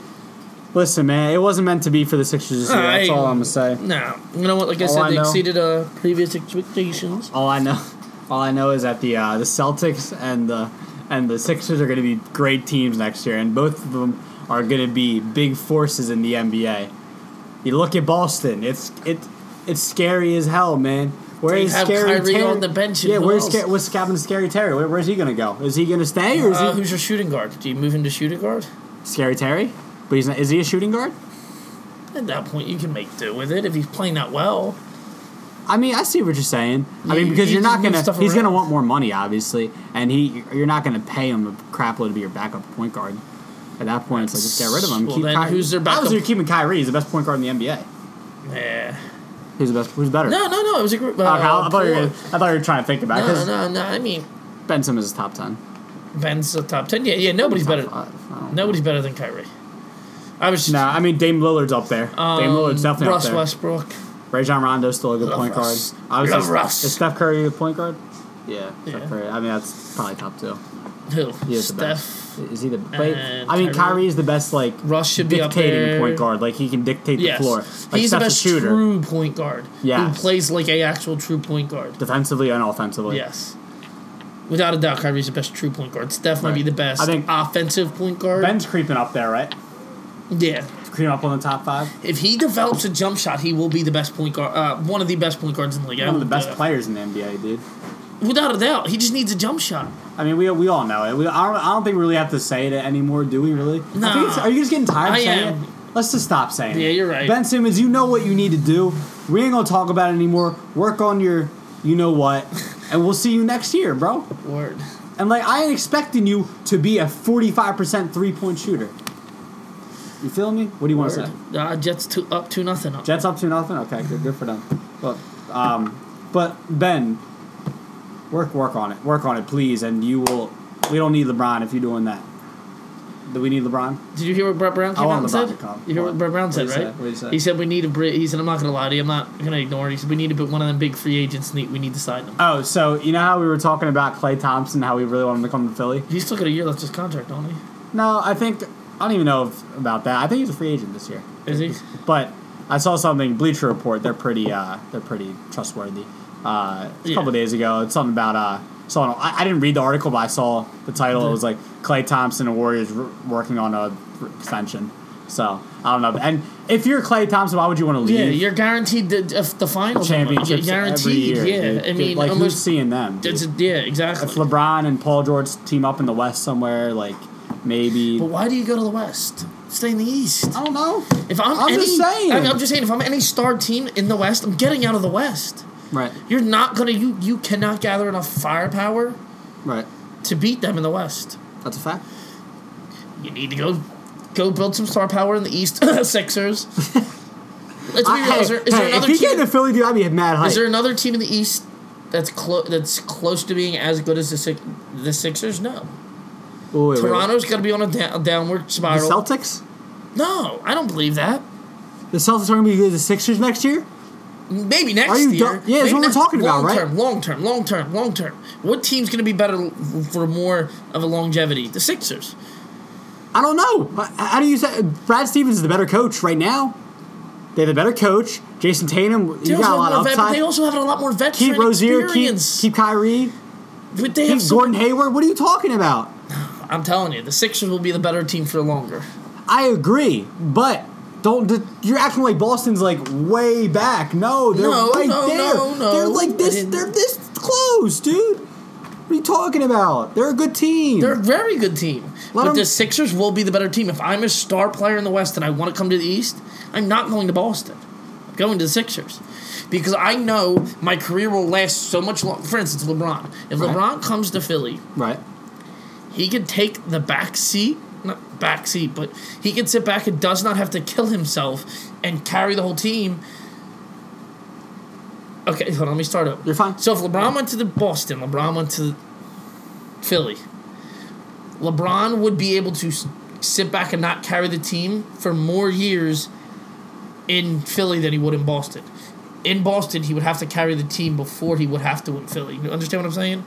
Speaker 1: Listen, man, it wasn't meant to be for the Sixers this year. That's
Speaker 2: I-
Speaker 1: all I'm gonna say.
Speaker 2: No, you know what? Like I
Speaker 1: All
Speaker 2: said,
Speaker 1: Oh, I
Speaker 2: they
Speaker 1: know-
Speaker 2: exceeded uh, previous expectations.
Speaker 1: All I know, all I know is that the uh, the Celtics and the and the Sixers are going to be great teams next year, and both of them are going to be big forces in the NBA. You look at Boston; it's it it's scary as hell, man. Where
Speaker 2: They
Speaker 1: is
Speaker 2: have
Speaker 1: Scary
Speaker 2: Kyrie
Speaker 1: Terry?
Speaker 2: on the bench and
Speaker 1: Yeah,
Speaker 2: who
Speaker 1: where's
Speaker 2: else?
Speaker 1: Sca- what's happened to Scary Terry? Where, where's he gonna go? Is he gonna stay or is
Speaker 2: Uh,
Speaker 1: he
Speaker 2: who's your shooting guard? Do you move into shooting guard?
Speaker 1: Scary Terry? But he's not. Is he a shooting guard?
Speaker 2: At that point, you can make do with it if he's playing that well.
Speaker 1: I mean, I see what you're saying. I
Speaker 2: Yeah,
Speaker 1: mean,
Speaker 2: you-
Speaker 1: because
Speaker 2: you
Speaker 1: you're not
Speaker 2: can move
Speaker 1: gonna.
Speaker 2: stuff
Speaker 1: He's gonna
Speaker 2: around.
Speaker 1: want more money, obviously, and he you're not gonna pay him a crapload to be your backup point guard. At that point, it's like just get rid of him.
Speaker 2: Well, then who's their backup-
Speaker 1: Obviously, you're keeping Kyrie. He's the best point guard in the NBA.
Speaker 2: Yeah.
Speaker 1: Who's the best? Who's better?
Speaker 2: No, no, no. It was a group. Uh,
Speaker 1: Oh, Kyle, I, thought you were, I
Speaker 2: Port.
Speaker 1: thought you were trying to think about it.
Speaker 2: no,
Speaker 1: 'cause
Speaker 2: no, no. I mean,
Speaker 1: Ben Simmons is top ten.
Speaker 2: Ben's the top ten. Yeah, yeah. Nobody's
Speaker 1: Top
Speaker 2: better.
Speaker 1: five. I don't-
Speaker 2: Nobody's better than Kyrie. I was just
Speaker 1: No, I mean Dame Lillard's up there. Dame Lillard's definitely
Speaker 2: Um, Russ
Speaker 1: up there.
Speaker 2: Westbrook.
Speaker 1: Rajon Rondo's still a good
Speaker 2: Love
Speaker 1: point guard.
Speaker 2: Russ.
Speaker 1: Obviously,
Speaker 2: Love
Speaker 1: is-
Speaker 2: Russ.
Speaker 1: is Steph Curry a point guard? Yeah,
Speaker 2: Yeah.
Speaker 1: Steph Curry. I mean, that's probably top two.
Speaker 2: Who?
Speaker 1: He is the
Speaker 2: Steph.
Speaker 1: best. Is he the? But,
Speaker 2: and
Speaker 1: I mean,
Speaker 2: Kyrie.
Speaker 1: Kyrie is the best. Like
Speaker 2: Russ should be up
Speaker 1: dictating
Speaker 2: there.
Speaker 1: point guard. Like he can dictate
Speaker 2: Yes.
Speaker 1: the floor. Like
Speaker 2: He's the
Speaker 1: Steph's
Speaker 2: best
Speaker 1: a shooter,
Speaker 2: true point guard.
Speaker 1: Yes.
Speaker 2: Who plays like a actual true point guard.
Speaker 1: defensively and offensively.
Speaker 2: Yes. Without a doubt, Kyrie's the best true point guard. Steph might be
Speaker 1: Right.
Speaker 2: the best
Speaker 1: I think-
Speaker 2: offensive point guard.
Speaker 1: Ben's creeping up there, right?
Speaker 2: yeah.
Speaker 1: Creeping up on the top five.
Speaker 2: If he develops a jump shot, he will be the best point guard, uh, one of the best point guards in the league. I
Speaker 1: One of the
Speaker 2: would,
Speaker 1: best
Speaker 2: uh,
Speaker 1: players in the NBA, dude.
Speaker 2: Without a doubt, he just needs a jump shot.
Speaker 1: I mean, we, we all know it. We, I, don't, I don't think we really have to say it anymore, do we really? I think
Speaker 2: Nah.
Speaker 1: it's- are you just getting tired
Speaker 2: I
Speaker 1: of saying
Speaker 2: am.
Speaker 1: it? Let's just stop saying it.
Speaker 2: Yeah, you're right.
Speaker 1: Ben Simmons, you know what you need to do. We ain't going to talk about it anymore. Work on your you know what, and we'll see you next year, bro.
Speaker 2: Word.
Speaker 1: And, like, I ain't expecting you to be a 45% three point shooter. You feel me? What do you want to
Speaker 2: Word.
Speaker 1: say?
Speaker 2: Uh, Jets two, up two nothing. Up.
Speaker 1: Jets up to nothing. Okay, good, good for them. But, um, but Ben, work work on it. Work on it, please. And you will. We don't need LeBron if you're doing that. Do we need LeBron?
Speaker 2: Did you hear what Brett Brown
Speaker 1: I
Speaker 2: came out
Speaker 1: want
Speaker 2: and
Speaker 1: LeBron
Speaker 2: said?
Speaker 1: to come.
Speaker 2: You hear
Speaker 1: What?
Speaker 2: what Brett Brown
Speaker 1: What
Speaker 2: said,
Speaker 1: he said?
Speaker 2: right?
Speaker 1: What he said?
Speaker 2: said we need a. Bri- He said I'm not gonna lie to you. I'm not gonna ignore it. He said we need to put one of them big free agents. Need we need to sign them.
Speaker 1: Oh, so you know how we were talking about Clay Thompson, how we really want him to come to Philly.
Speaker 2: He's still got a year left his contract, don't he?
Speaker 1: No, I think I don't even know if, about that. I think he's a free agent this year.
Speaker 2: Is he?
Speaker 1: But I saw something Bleacher Report. They're pretty. Uh, they're pretty trustworthy. Uh, a
Speaker 2: Yeah.
Speaker 1: couple days ago, it's something about. Uh, saw. an- I, I didn't read the article, but I saw the title.
Speaker 2: Mm-hmm.
Speaker 1: It was like Clay Thompson and Warriors r- working on a r- extension. So I don't know. And if you're Clay Thompson, why would you want to leave?
Speaker 2: Yeah, you're guaranteed the if the finals.
Speaker 1: championships
Speaker 2: you're
Speaker 1: every
Speaker 2: guaranteed.
Speaker 1: year.
Speaker 2: yeah,
Speaker 1: dude.
Speaker 2: I mean,
Speaker 1: like who's
Speaker 2: almost.
Speaker 1: seeing them?
Speaker 2: It's
Speaker 1: dude?
Speaker 2: yeah, exactly.
Speaker 1: If LeBron and Paul George team up in the West somewhere, like maybe.
Speaker 2: but why do you go to the West? Stay in the East.
Speaker 1: I don't know.
Speaker 2: If I'm,
Speaker 1: I'm
Speaker 2: any,
Speaker 1: just saying.
Speaker 2: I mean, I'm just saying, if I'm any star team in the West, I'm getting out of the West.
Speaker 1: Right.
Speaker 2: You're not gonna. You you cannot gather enough firepower
Speaker 1: Right.
Speaker 2: to beat them in the West.
Speaker 1: That's a fact.
Speaker 2: You need to go go build some star power in the East. Sixers. Let's be
Speaker 1: I-
Speaker 2: real.
Speaker 1: hey,
Speaker 2: Is there, is there
Speaker 1: hey, if
Speaker 2: another
Speaker 1: he
Speaker 2: team?
Speaker 1: came to Philly, dude, I'd be mad hype.
Speaker 2: Is there another team in the East that's close that's close to being as good as the Six- the Sixers? No.
Speaker 1: Wait, wait, wait, wait.
Speaker 2: Toronto's got to be on a, da- a downward
Speaker 1: The
Speaker 2: spiral.
Speaker 1: Celtics?
Speaker 2: no, I don't believe that.
Speaker 1: The Celtics are going to be good as the Sixers next year?
Speaker 2: Maybe next
Speaker 1: Are you
Speaker 2: year.
Speaker 1: done- yeah, that's what
Speaker 2: Maybe
Speaker 1: we're
Speaker 2: next-
Speaker 1: talking about,
Speaker 2: long
Speaker 1: right?
Speaker 2: Term, long term, long term, long term. What team's going to be better l- for more of a longevity? The Sixers.
Speaker 1: I don't know. H- How do you say Brad Stevens is the better coach right now? They have the better coach. Jason Tatum,
Speaker 2: They
Speaker 1: you got a
Speaker 2: also have
Speaker 1: lot
Speaker 2: more
Speaker 1: of
Speaker 2: vet-
Speaker 1: upside.
Speaker 2: they also have a lot more veteran
Speaker 1: keep Rozier, keep,
Speaker 2: experience.
Speaker 1: keep Kyrie,
Speaker 2: but they have
Speaker 1: keep
Speaker 2: some-
Speaker 1: Gordon Hayward. What are you talking about?
Speaker 2: I'm telling you, the Sixers will be the better team for longer.
Speaker 1: I agree, but don't. d- You're acting like Boston's like way back. No, they're
Speaker 2: No,
Speaker 1: right
Speaker 2: no,
Speaker 1: there.
Speaker 2: no, no.
Speaker 1: They're like
Speaker 2: I
Speaker 1: this.
Speaker 2: didn't-
Speaker 1: They're this close, dude. What are you talking about? They're a good team.
Speaker 2: They're a very good team. but
Speaker 1: 'em-
Speaker 2: the Sixers will be the better team. If I'm a star player in the West and I want to come to the East, I'm not going to Boston. I'm going to the Sixers. Because I know my career will last so much longer. For instance, LeBron. If
Speaker 1: Right.
Speaker 2: LeBron comes to Philly,
Speaker 1: right.
Speaker 2: he could take the back seat. Not back seat, but he can sit back and does not have to kill himself and carry the whole team. Okay, hold on, let me start up.
Speaker 1: You're fine.
Speaker 2: So if LeBron went to the Boston, LeBron went to Philly. LeBron would be able to s- sit back and not carry the team for more years in Philly than he would in Boston. In Boston, he would have to carry the team before he would have to in Philly. You understand what I'm saying?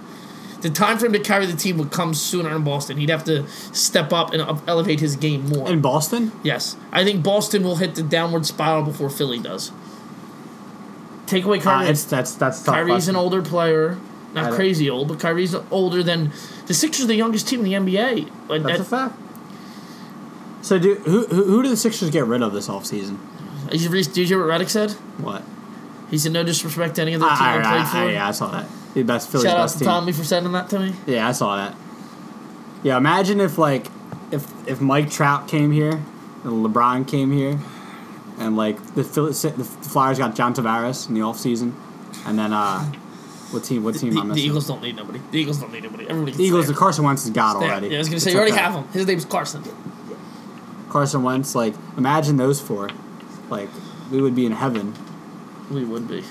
Speaker 2: The time for him to carry the team would come sooner in Boston. He'd have to step up and up- elevate his game more.
Speaker 1: In Boston,
Speaker 2: yes, I think Boston will hit the downward spiral before Philly does. Take away
Speaker 1: uh,
Speaker 2: Kyrie.
Speaker 1: it's that's that's tough.
Speaker 2: Kyrie's an
Speaker 1: question.
Speaker 2: older player,
Speaker 1: I
Speaker 2: not
Speaker 1: don't-
Speaker 2: crazy old, but Kyrie's older than the Sixers. Are the youngest team in the NBA. Like,
Speaker 1: That's a
Speaker 2: that-
Speaker 1: fact. So, do who, who who do the Sixers get rid of this offseason?
Speaker 2: Did you re- did you hear what Redick said?
Speaker 1: What?
Speaker 2: He said no disrespect to any other team
Speaker 1: I, Ah,
Speaker 2: I,
Speaker 1: I,
Speaker 2: played for.
Speaker 1: I, I, yeah, I saw that. The best Philly's
Speaker 2: Shout out
Speaker 1: best
Speaker 2: to
Speaker 1: team.
Speaker 2: Tommy for sending that to me.
Speaker 1: Yeah, I saw that. Yeah, imagine if like if if Mike Trout came here, and LeBron came here, and like the Phil- the Flyers got John Tavares in the offseason, and then uh, what team? What team?
Speaker 2: The,
Speaker 1: am I
Speaker 2: the
Speaker 1: missing?
Speaker 2: Eagles don't need nobody. The Eagles don't need nobody. Everybody. Can
Speaker 1: The Eagles.
Speaker 2: stay.
Speaker 1: The Carson Wentz is God
Speaker 2: Stay.
Speaker 1: already.
Speaker 2: Yeah, I was gonna
Speaker 1: It's
Speaker 2: say you already
Speaker 1: okay.
Speaker 2: have him. His name's Carson.
Speaker 1: Carson Wentz. Like imagine those four. Like we would be in heaven
Speaker 2: We would be.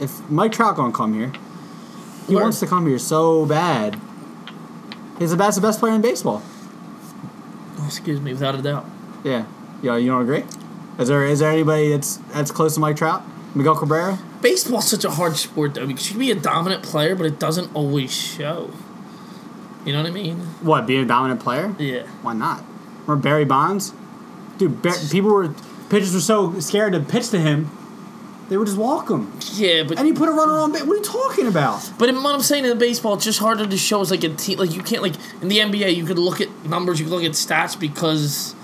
Speaker 1: if Mike Trout gonna come here. He
Speaker 2: Word.
Speaker 1: wants to come here so bad. He's the best, the best player in baseball.
Speaker 2: Oh, excuse me, without a doubt.
Speaker 1: Yeah. Yo, you don't agree? Is there is there anybody that's that's close to Mike Trout? Miguel Cabrera?
Speaker 2: Baseball's such a hard sport though because you can be a dominant player, but it doesn't always show. You know what I mean?
Speaker 1: What, being a dominant player?
Speaker 2: Yeah.
Speaker 1: Why not? Remember Barry Bonds? Dude, Bar- people were pitchers were so scared to pitch to him, they would just walk him.
Speaker 2: Yeah, but
Speaker 1: And he put a runner on. ba- What are you talking about?
Speaker 2: But in what I'm saying in the baseball, it's just harder to show as like a team. Like you can't like in the NBA, you could look at numbers, you could look at stats because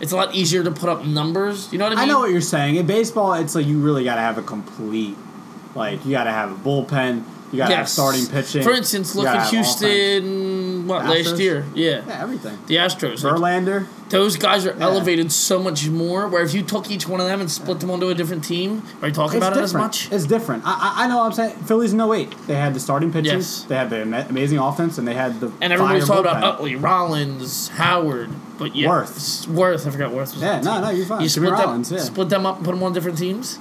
Speaker 2: it's a lot easier to put up numbers. You know what I
Speaker 1: I
Speaker 2: mean?
Speaker 1: know what you're saying. In baseball, it's like you really got to have a complete, like you got to have a bullpen, you got to have
Speaker 2: Yes.
Speaker 1: starting pitching.
Speaker 2: For instance,
Speaker 1: you
Speaker 2: look
Speaker 1: gotta
Speaker 2: at
Speaker 1: have offense.
Speaker 2: Houston. What
Speaker 1: Astros?
Speaker 2: last year? Yeah.
Speaker 1: Yeah, everything.
Speaker 2: The Astros. Like,
Speaker 1: Verlander.
Speaker 2: those guys are elevated so much more. Where if you took each one of them and split them onto a different team, are you talking about it as much?
Speaker 1: It's different. I, I, I know what I'm saying. Phillies no eight. They had the starting pitchers.
Speaker 2: Yes.
Speaker 1: They had the ama- amazing offense, and they had the
Speaker 2: And everybody's
Speaker 1: fire
Speaker 2: talking about uh,
Speaker 1: bullpen.
Speaker 2: Utley, Rollins, Howard, but yeah,
Speaker 1: Worth.
Speaker 2: S- Worth. I forgot Worth. Was
Speaker 1: Yeah,
Speaker 2: on
Speaker 1: no,
Speaker 2: the team.
Speaker 1: no, you're fine.
Speaker 2: You
Speaker 1: Jimmy
Speaker 2: split them,
Speaker 1: Rollins, yeah.
Speaker 2: split them up and put them on different teams.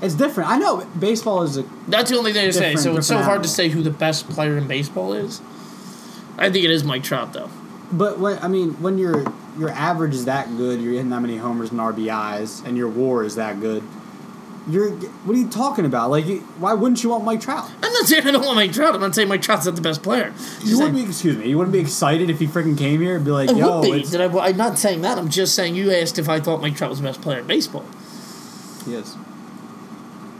Speaker 1: It's different. I know baseball is a
Speaker 2: That's the only thing to say.
Speaker 1: Different-
Speaker 2: So it's so
Speaker 1: different
Speaker 2: hard
Speaker 1: animal.
Speaker 2: to say who the best player in baseball is. I think it is Mike Trout, though.
Speaker 1: But when, I mean, when your your average is that good, you're hitting that many homers and RBIs, and your WAR is that good. You're what are you talking about? Like, you- why wouldn't you want Mike Trout?
Speaker 2: I'm not saying I don't want Mike Trout. I'm not saying Mike Trout's not the best player.
Speaker 1: You wouldn't be excuse me. You wouldn't be excited if he freaking came here and be like,
Speaker 2: I
Speaker 1: "Yo,
Speaker 2: would be.
Speaker 1: it's,
Speaker 2: Did I, well, I'm not saying that. I'm just saying you asked if I thought Mike Trout was the best player in baseball.
Speaker 1: yes."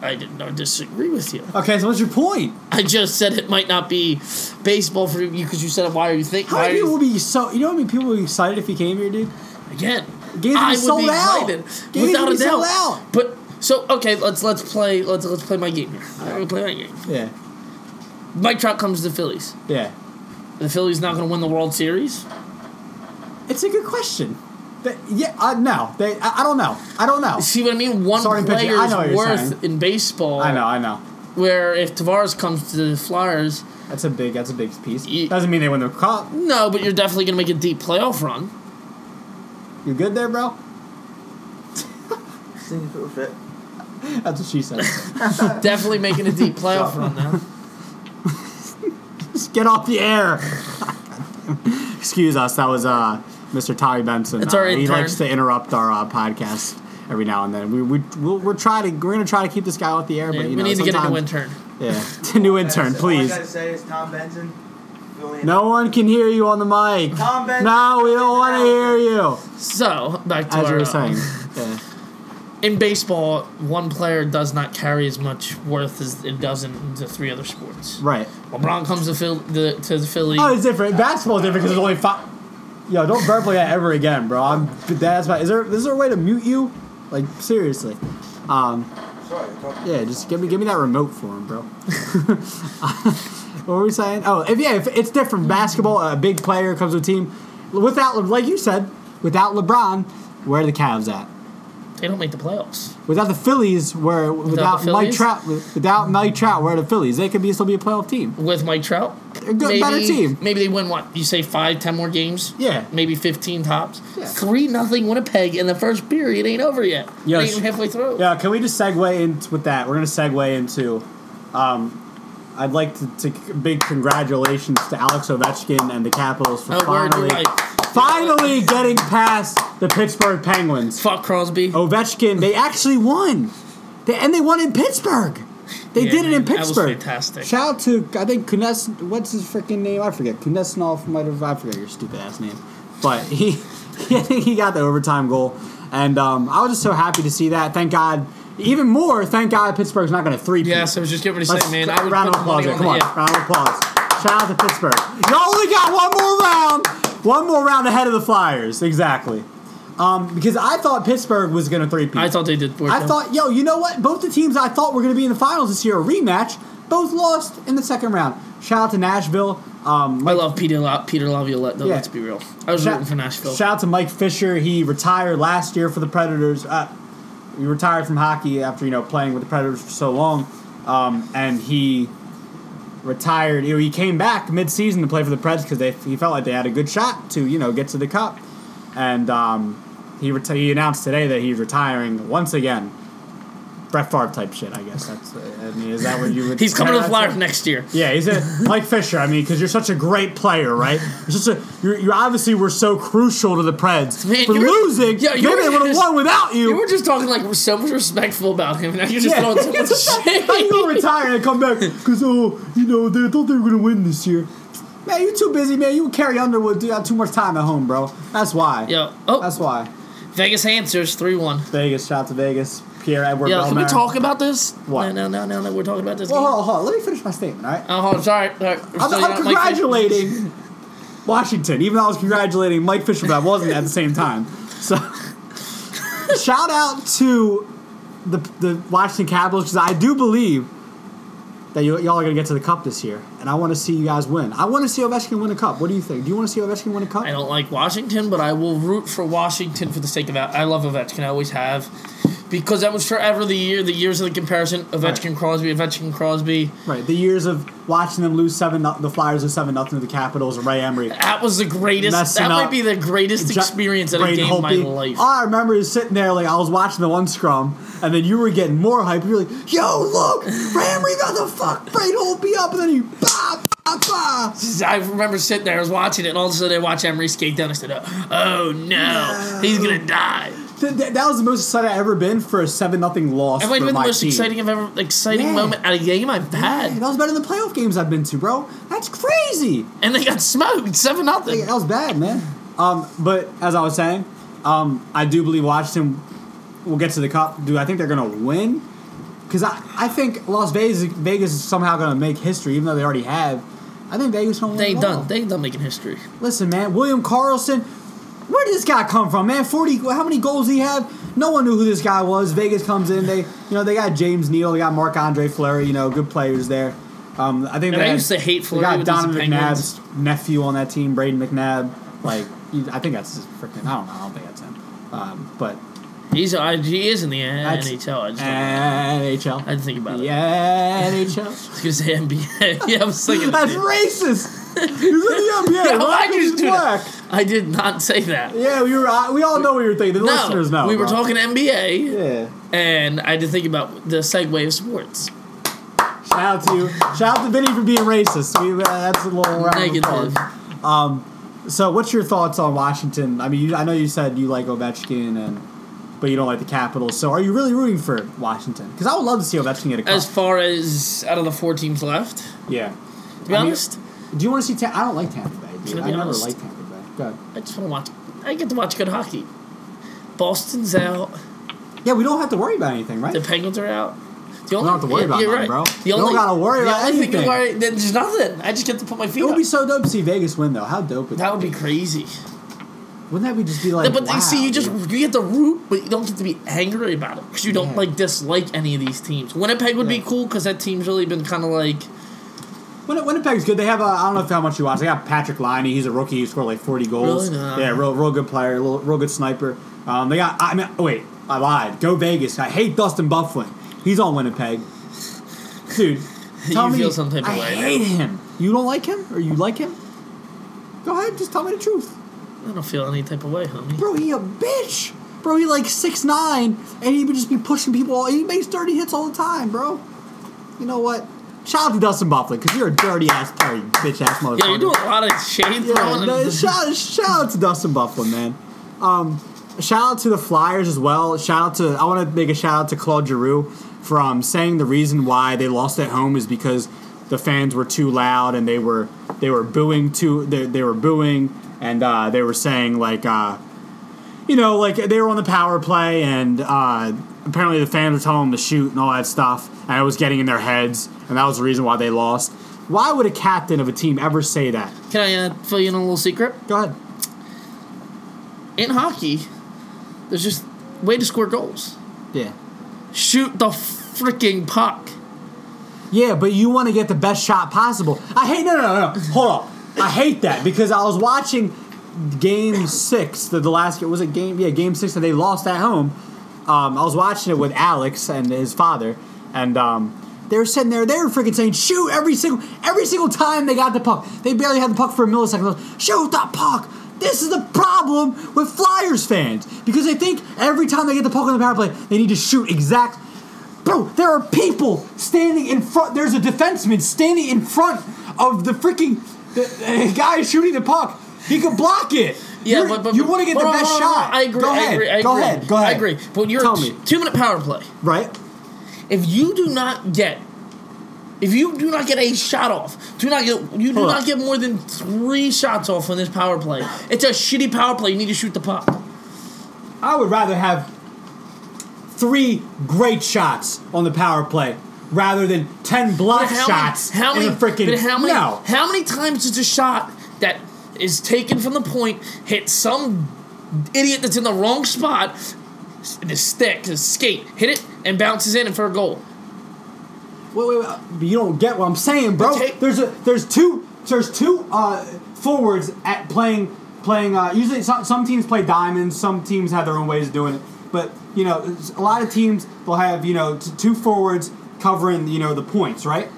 Speaker 2: I didn't I disagree with you.
Speaker 1: Okay, so what's your point?
Speaker 2: I just said it might not be baseball for you because you said why are you thinking?
Speaker 1: How
Speaker 2: Why
Speaker 1: many
Speaker 2: are
Speaker 1: people
Speaker 2: you,
Speaker 1: would be so? You know how many people would be excited if he came here, dude?
Speaker 2: again?
Speaker 1: Games
Speaker 2: I
Speaker 1: would
Speaker 2: would
Speaker 1: be sold
Speaker 2: be
Speaker 1: out.
Speaker 2: excited
Speaker 1: Games
Speaker 2: without
Speaker 1: would
Speaker 2: a
Speaker 1: be sold
Speaker 2: doubt.
Speaker 1: out.
Speaker 2: But so okay, let's let's play let's let's play my game here. I'm gonna play my game.
Speaker 1: Yeah,
Speaker 2: Mike Trout comes to the Phillies.
Speaker 1: yeah.
Speaker 2: The Phillies not going to win the World Series.
Speaker 1: It's a good question. That, yeah, I no. They, I, I don't know. I don't know.
Speaker 2: See what I mean? One
Speaker 1: Starting pitcher, I
Speaker 2: player is
Speaker 1: know what you're
Speaker 2: worth
Speaker 1: saying.
Speaker 2: in baseball.
Speaker 1: I know. I know.
Speaker 2: Where if Tavares comes to the Flyers,
Speaker 1: That's a big. That's a big piece.
Speaker 2: Ye-
Speaker 1: Doesn't mean they win the cup.
Speaker 2: no, but you're definitely going to make a deep playoff run.
Speaker 1: You good there, bro?
Speaker 3: Seeing if it would fit.
Speaker 1: That's what she said.
Speaker 2: definitely making a deep playoff run now.
Speaker 1: Just get off the air. Excuse us. That was uh, Mr. Tommy Benson.
Speaker 2: It's
Speaker 1: uh,
Speaker 2: our
Speaker 1: He
Speaker 2: intern.
Speaker 1: likes to interrupt our uh, podcast every now and then. We we we'll, we're trying to we're gonna try to keep this guy off the air, but
Speaker 2: Yeah,
Speaker 1: you
Speaker 2: we
Speaker 1: know
Speaker 2: need to get a new
Speaker 1: sometimes-
Speaker 2: intern.
Speaker 1: Yeah, new intern,
Speaker 3: All I
Speaker 1: please.
Speaker 3: gotta say is Tom Benson. Julian.
Speaker 1: No one can hear you on the mic.
Speaker 3: Tom Benson.
Speaker 1: No, we don't want to hear you.
Speaker 2: So back to
Speaker 1: As
Speaker 2: our,
Speaker 1: you were
Speaker 2: uh,
Speaker 1: saying. Yeah.
Speaker 2: in baseball, one player does not carry as much worth as it does in the three other sports.
Speaker 1: Right.
Speaker 2: LeBron comes to Phil, the, to the Philly.
Speaker 1: Oh, it's different. Basketball's different because there's only five. Yo, don't burp like that ever again, bro. I'm that's why. Is there is there a way to mute you? Like seriously. Um,
Speaker 3: Sorry, you're talking.
Speaker 1: yeah, just give me give me that remote for him, bro. what were we saying? Oh, if yeah, if it's different. Basketball, a big player comes with a team. Without Le- like you said, without LeBron, where are the Cavs at?
Speaker 2: They don't make the playoffs.
Speaker 1: Without the Phillies, where without,
Speaker 2: Without the
Speaker 1: Mike
Speaker 2: Phillies?
Speaker 1: Trout, without Mike Trout, where are the Phillies? They could be still be a playoff team.
Speaker 2: with Mike Trout.
Speaker 1: They're good- better team.
Speaker 2: Maybe they win what you say five, ten more games.
Speaker 1: Yeah.
Speaker 2: maybe fifteen tops.
Speaker 1: Yeah.
Speaker 2: Three nothing Winnipeg in the first period ain't over yet.
Speaker 1: Yeah,
Speaker 2: It ain't
Speaker 1: sh-
Speaker 2: even halfway through.
Speaker 1: Yeah, can we just segue into with that? We're gonna segue into. Um, I'd like to, to big congratulations to Alex Ovechkin and the Capitals for
Speaker 2: Oh, word,
Speaker 1: finally,
Speaker 2: you're right.
Speaker 1: finally getting past the Pittsburgh Penguins.
Speaker 2: Fuck Crosby.
Speaker 1: Oh, Ovechkin, they actually won, they, and they won in Pittsburgh. They
Speaker 2: Yeah,
Speaker 1: did it in
Speaker 2: man, that was
Speaker 1: Pittsburgh.
Speaker 2: fantastic.
Speaker 1: Shout out to I think Kunes. What's his freaking name? I forget. Kunesnov might have. I forget your stupid ass name. But he, he got the overtime goal, and um, I was just so happy to see that. Thank God. Even more, thank God Pittsburgh's not going to three.
Speaker 2: Yes, I was just getting ready to say, man. I would
Speaker 1: round
Speaker 2: put
Speaker 1: of
Speaker 2: the
Speaker 1: applause.
Speaker 2: money
Speaker 1: Here.
Speaker 2: on
Speaker 1: Come
Speaker 2: the-
Speaker 1: on,
Speaker 2: yeah.
Speaker 1: round of applause. Shout out to Pittsburgh. You only got one more round. One more round ahead of the Flyers. Exactly. Um, because I thought Pittsburgh was going to three
Speaker 2: I thought they did. work
Speaker 1: I
Speaker 2: out.
Speaker 1: thought, yo, you know what? Both the teams I thought were going to be in the finals this year, a rematch, both lost in the second round. Shout out to Nashville. Um,
Speaker 2: I love Peter La- Peter Laviolette. Though,
Speaker 1: Yeah.
Speaker 2: let's be real. I was rooting for Nashville.
Speaker 1: Shout out to Mike Fisher. He retired last year for the Predators. Uh, he retired from hockey after you know playing with the Predators for so long, um, and he retired. You know, he came back mid-season to play for the Preds because they he felt like they had a good shot to you know get to the cup, and um, he reti- he announced today that he's retiring once again. Brett Favre type shit, I guess. That's. I mean, is that what you would?
Speaker 2: He's coming to the
Speaker 1: compare that
Speaker 2: Flyers next year.
Speaker 1: yeah, he's a Mike Fisher. I mean, because you're such a great player, right? You're such a you're, you obviously were so crucial to the Preds
Speaker 2: Man,
Speaker 1: for
Speaker 2: you were-
Speaker 1: losing.
Speaker 2: Yeah, you
Speaker 1: maybe
Speaker 2: were
Speaker 1: they would have
Speaker 2: just-
Speaker 1: won without you.
Speaker 2: You were just talking like so much respectful about him. Now you're just
Speaker 1: yeah,
Speaker 2: throwing so
Speaker 1: It's just
Speaker 2: much
Speaker 1: like, how you gonna
Speaker 2: shade.
Speaker 1: retire and come back because oh, you know they thought they were gonna win this year. Man, you too busy, man. You and Carrie Underwood do got too much time at home, bro. That's why.
Speaker 2: Yo, oh,
Speaker 1: That's why.
Speaker 2: Vegas answers three one.
Speaker 1: Vegas, shout out to Vegas. Pierre Edward.
Speaker 2: Yo, can we
Speaker 1: Bellemare.
Speaker 2: talk about this?
Speaker 1: What?
Speaker 2: No, no, no, no, no. We're talking about this.
Speaker 1: Well,
Speaker 2: game.
Speaker 1: hold on, hold on. Let me finish my statement, all right?
Speaker 2: Oh, hold on. Sorry. sorry. We're
Speaker 1: I'm,
Speaker 2: still
Speaker 1: I'm
Speaker 2: not like-
Speaker 1: congratulating Washington, even though I was congratulating Mike Fisher, but I wasn't at the same time. So, shout out to the the Washington Capitals because I do believe that you, y'all are going to get to the cup this year, and I want to see you guys win. I want to see Ovechkin win a cup. What do you think? Do you want to see Ovechkin win a cup?
Speaker 2: I don't like Washington, but I will root for Washington for the sake of that. I love Ovechkin. I always have. Because that was forever the year, the years of the comparison. Ovechkin Crosby, Ovechkin Crosby.
Speaker 1: Right, the years of watching them lose seven, no- the Flyers lose seven nothing to the Capitals, and Ray Emery.
Speaker 2: That was the greatest.
Speaker 1: Messing
Speaker 2: that
Speaker 1: up.
Speaker 2: might be the greatest
Speaker 1: Ju-
Speaker 2: experience that I've
Speaker 1: Braden
Speaker 2: gained in my
Speaker 1: Holtby.
Speaker 2: life.
Speaker 1: All I remember is sitting there, like I was watching the one scrum, and then you were getting more hype. You're like, "Yo, look, Ramry got the fuck Braden Holtby up," and then he bah bah bah.
Speaker 2: I remember sitting there, I was watching it, and all of a sudden I watched Emery skate down. I said, "Oh no, he's gonna die."
Speaker 1: Th- th- that was the most excited I ever been for a seven nothing loss.
Speaker 2: That
Speaker 1: for
Speaker 2: might have been the
Speaker 1: my
Speaker 2: most
Speaker 1: team.
Speaker 2: exciting I've ever, exciting
Speaker 1: Yeah.
Speaker 2: moment at a game I've
Speaker 1: Hey,
Speaker 2: had,
Speaker 1: That was better than the playoff games I've been to, bro. That's crazy.
Speaker 2: and they got smoked seven
Speaker 1: Like,
Speaker 2: nothing.
Speaker 1: that was bad, man. Um, but as I was saying, um, I do believe Washington will get to the cup. Do I think they're gonna win? Because I, I think Las Vegas Vegas is somehow gonna make history, even though they already have. I think Vegas gonna win.
Speaker 2: They
Speaker 1: it
Speaker 2: ain't
Speaker 1: all.
Speaker 2: done. They ain't done making history.
Speaker 1: Listen, man, William Carlson. Where did this guy come from, man? Forty. How many goals he had? No one knew who this guy was. Vegas comes in. They, you know, they got James Neal. They got Marc Andre Fleury. You know, good players there. Um, I think
Speaker 2: And
Speaker 1: they
Speaker 2: I
Speaker 1: had-
Speaker 2: used to hate
Speaker 1: They
Speaker 2: Fleury
Speaker 1: got
Speaker 2: with his
Speaker 1: Donovan
Speaker 2: Penguins.
Speaker 1: McNabb's nephew on that team, Braden McNabb. Like, he- I think that's his freaking. I don't know. I don't think that's him. Um, but
Speaker 2: He's I, he is in the
Speaker 1: That's-
Speaker 2: NHL. I just don't,
Speaker 1: NHL.
Speaker 2: I didn't think about it.
Speaker 1: Yeah, NHL.
Speaker 2: I was gonna say NBA. yeah, I was thinking.
Speaker 1: That's racist. He's in the NBA.
Speaker 2: No,
Speaker 1: Why
Speaker 2: I just
Speaker 1: is
Speaker 2: do
Speaker 1: black?
Speaker 2: that. I did not say that.
Speaker 1: Yeah, we were. I- We all know what you were thinking. The
Speaker 2: no,
Speaker 1: listeners know.
Speaker 2: we were
Speaker 1: bro.
Speaker 2: talking NBA,
Speaker 1: Yeah.
Speaker 2: and I had to think about the segue of sports.
Speaker 1: Shout out to you. Shout out to Vinny for being racist. We, uh, that's a little round of applause.
Speaker 2: Negative.
Speaker 1: So, what's your thoughts on Washington? I mean, you, I know you said you like Ovechkin, and but you don't like the Capitals. So, are you really rooting for Washington? Because I would love to see Ovechkin get a cup.
Speaker 2: As far as out of the four teams left,
Speaker 1: yeah.
Speaker 2: to be
Speaker 1: I mean,
Speaker 2: honest,
Speaker 1: Do you want to see? Ta- I don't like Tampa Bay. Dude.
Speaker 2: Can I
Speaker 1: I,
Speaker 2: be
Speaker 1: never
Speaker 2: honest?
Speaker 1: liked Tampa Bay. Good.
Speaker 2: I just want to watch. I get to watch good hockey. Boston's out.
Speaker 1: Yeah, we don't have to worry about anything, right?
Speaker 2: The Penguins are out. The
Speaker 1: don't have to worry about
Speaker 2: you're
Speaker 1: nothing, bro.
Speaker 2: right. The
Speaker 1: You don't
Speaker 2: only-
Speaker 1: gotta worry
Speaker 2: the
Speaker 1: about
Speaker 2: only thing to
Speaker 1: anything.
Speaker 2: worry- there's nothing. I just get to put my feet
Speaker 1: it would
Speaker 2: up.
Speaker 1: be so dope to see Vegas win, though. How dope would
Speaker 2: that would be crazy.
Speaker 1: Wouldn't that be just be like?
Speaker 2: but
Speaker 1: wow,
Speaker 2: see, you just
Speaker 1: dude.
Speaker 2: you get the root, but you don't get to be angry about it because you don't
Speaker 1: Yeah.
Speaker 2: like dislike any of these teams. Winnipeg would
Speaker 1: Yeah.
Speaker 2: be cool because that team's really been kind of like
Speaker 1: Winni- Winnipeg's good. They have a, I don't know if how much you watch. They got Patrick Liney. He's a rookie. He scored like forty goals.
Speaker 2: Really? Nah.
Speaker 1: Yeah, real, real good player. Real, real good sniper. Um, they got. I mean, oh, wait, I lied. Go Vegas. I hate Dustin Bufflin. He's on Winnipeg. Dude, tell
Speaker 2: You
Speaker 1: me.
Speaker 2: feel some type of
Speaker 1: I
Speaker 2: way.
Speaker 1: hate him. You don't like him, or you like him? Go ahead, just tell me the truth,
Speaker 2: I don't feel any type of way, homie.
Speaker 1: bro. He a bitch, bro. He like six nine, and he would just be pushing people. All, he makes dirty hits all the time, bro. You know what? Shout out to Dustin Bufflin because you're a dirty ass player, you bitch ass motherfucker.
Speaker 2: Yeah, you're doing a lot of shade
Speaker 1: Yeah,
Speaker 2: throwing.
Speaker 1: no, shout, shout out to Dustin Bufflin, man. Um, shout out to the Flyers as well. Shout out to I want to make a shout out to Claude Giroux from saying the reason why they lost at home is because the fans were too loud and they were they were booing too they, they were booing and uh, they were saying like uh, you know like they were on the power play and uh, apparently the fans were telling them to shoot and all that stuff and it was getting in their heads and that was the reason why they lost. Why would a captain of a team ever say that?
Speaker 2: Can I uh, fill you in on a little secret?
Speaker 1: Go ahead.
Speaker 2: In hockey, There's just way to score goals.
Speaker 1: Yeah.
Speaker 2: Shoot the freaking puck.
Speaker 1: Yeah, but you want to get the best shot possible. I hate no no no. no. Hold on. I hate that because I was watching game six, the, the last was it game yeah, game six that they lost at home. Um, I was watching it with Alex and his father, and um, they were sitting there, they were freaking saying, shoot every single every single time they got the puck. They barely had the puck for a millisecond. Shoot the puck! This is the problem with Flyers fans. Because they think every time they get the puck on the power play, they need to shoot exact Bro, there are people standing in front. There's a defenseman standing in front of the freaking the, the guy shooting the puck. He could block it.
Speaker 2: Yeah,
Speaker 1: You're-
Speaker 2: but, but
Speaker 1: you want to get
Speaker 2: but-
Speaker 1: the
Speaker 2: but-
Speaker 1: best
Speaker 2: but- but-
Speaker 1: shot.
Speaker 2: I agree.
Speaker 1: Go
Speaker 2: I
Speaker 1: ahead.
Speaker 2: agree. I
Speaker 1: go
Speaker 2: agree.
Speaker 1: ahead. Go ahead.
Speaker 2: I agree. But when you're
Speaker 1: Tell
Speaker 2: a
Speaker 1: me.
Speaker 2: two minute power play,
Speaker 1: Right?
Speaker 2: if you do not get, if you do not get a shot off, do not get, you do
Speaker 1: Hold on.
Speaker 2: not get more than three shots off on this power play. It's a shitty power play. You need to shoot the puck.
Speaker 1: I would rather have three great shots on the power play rather than ten block
Speaker 2: But how
Speaker 1: shots
Speaker 2: Many, how many
Speaker 1: in a freaking
Speaker 2: but how many?
Speaker 1: no.
Speaker 2: How many times is a shot that is taken from the point hit some idiot that's in the wrong spot? The stick, the skate, hit it and bounces in and for a goal.
Speaker 1: Wait, wait, wait. But you don't get what I'm saying, bro.
Speaker 2: Okay.
Speaker 1: There's a there's two there's two uh, forwards at playing playing. Uh, usually, some, some teams play diamonds. Some teams have their own ways of doing it. But you know, s- a lot of teams will have you know t- two forwards covering you know the points, right?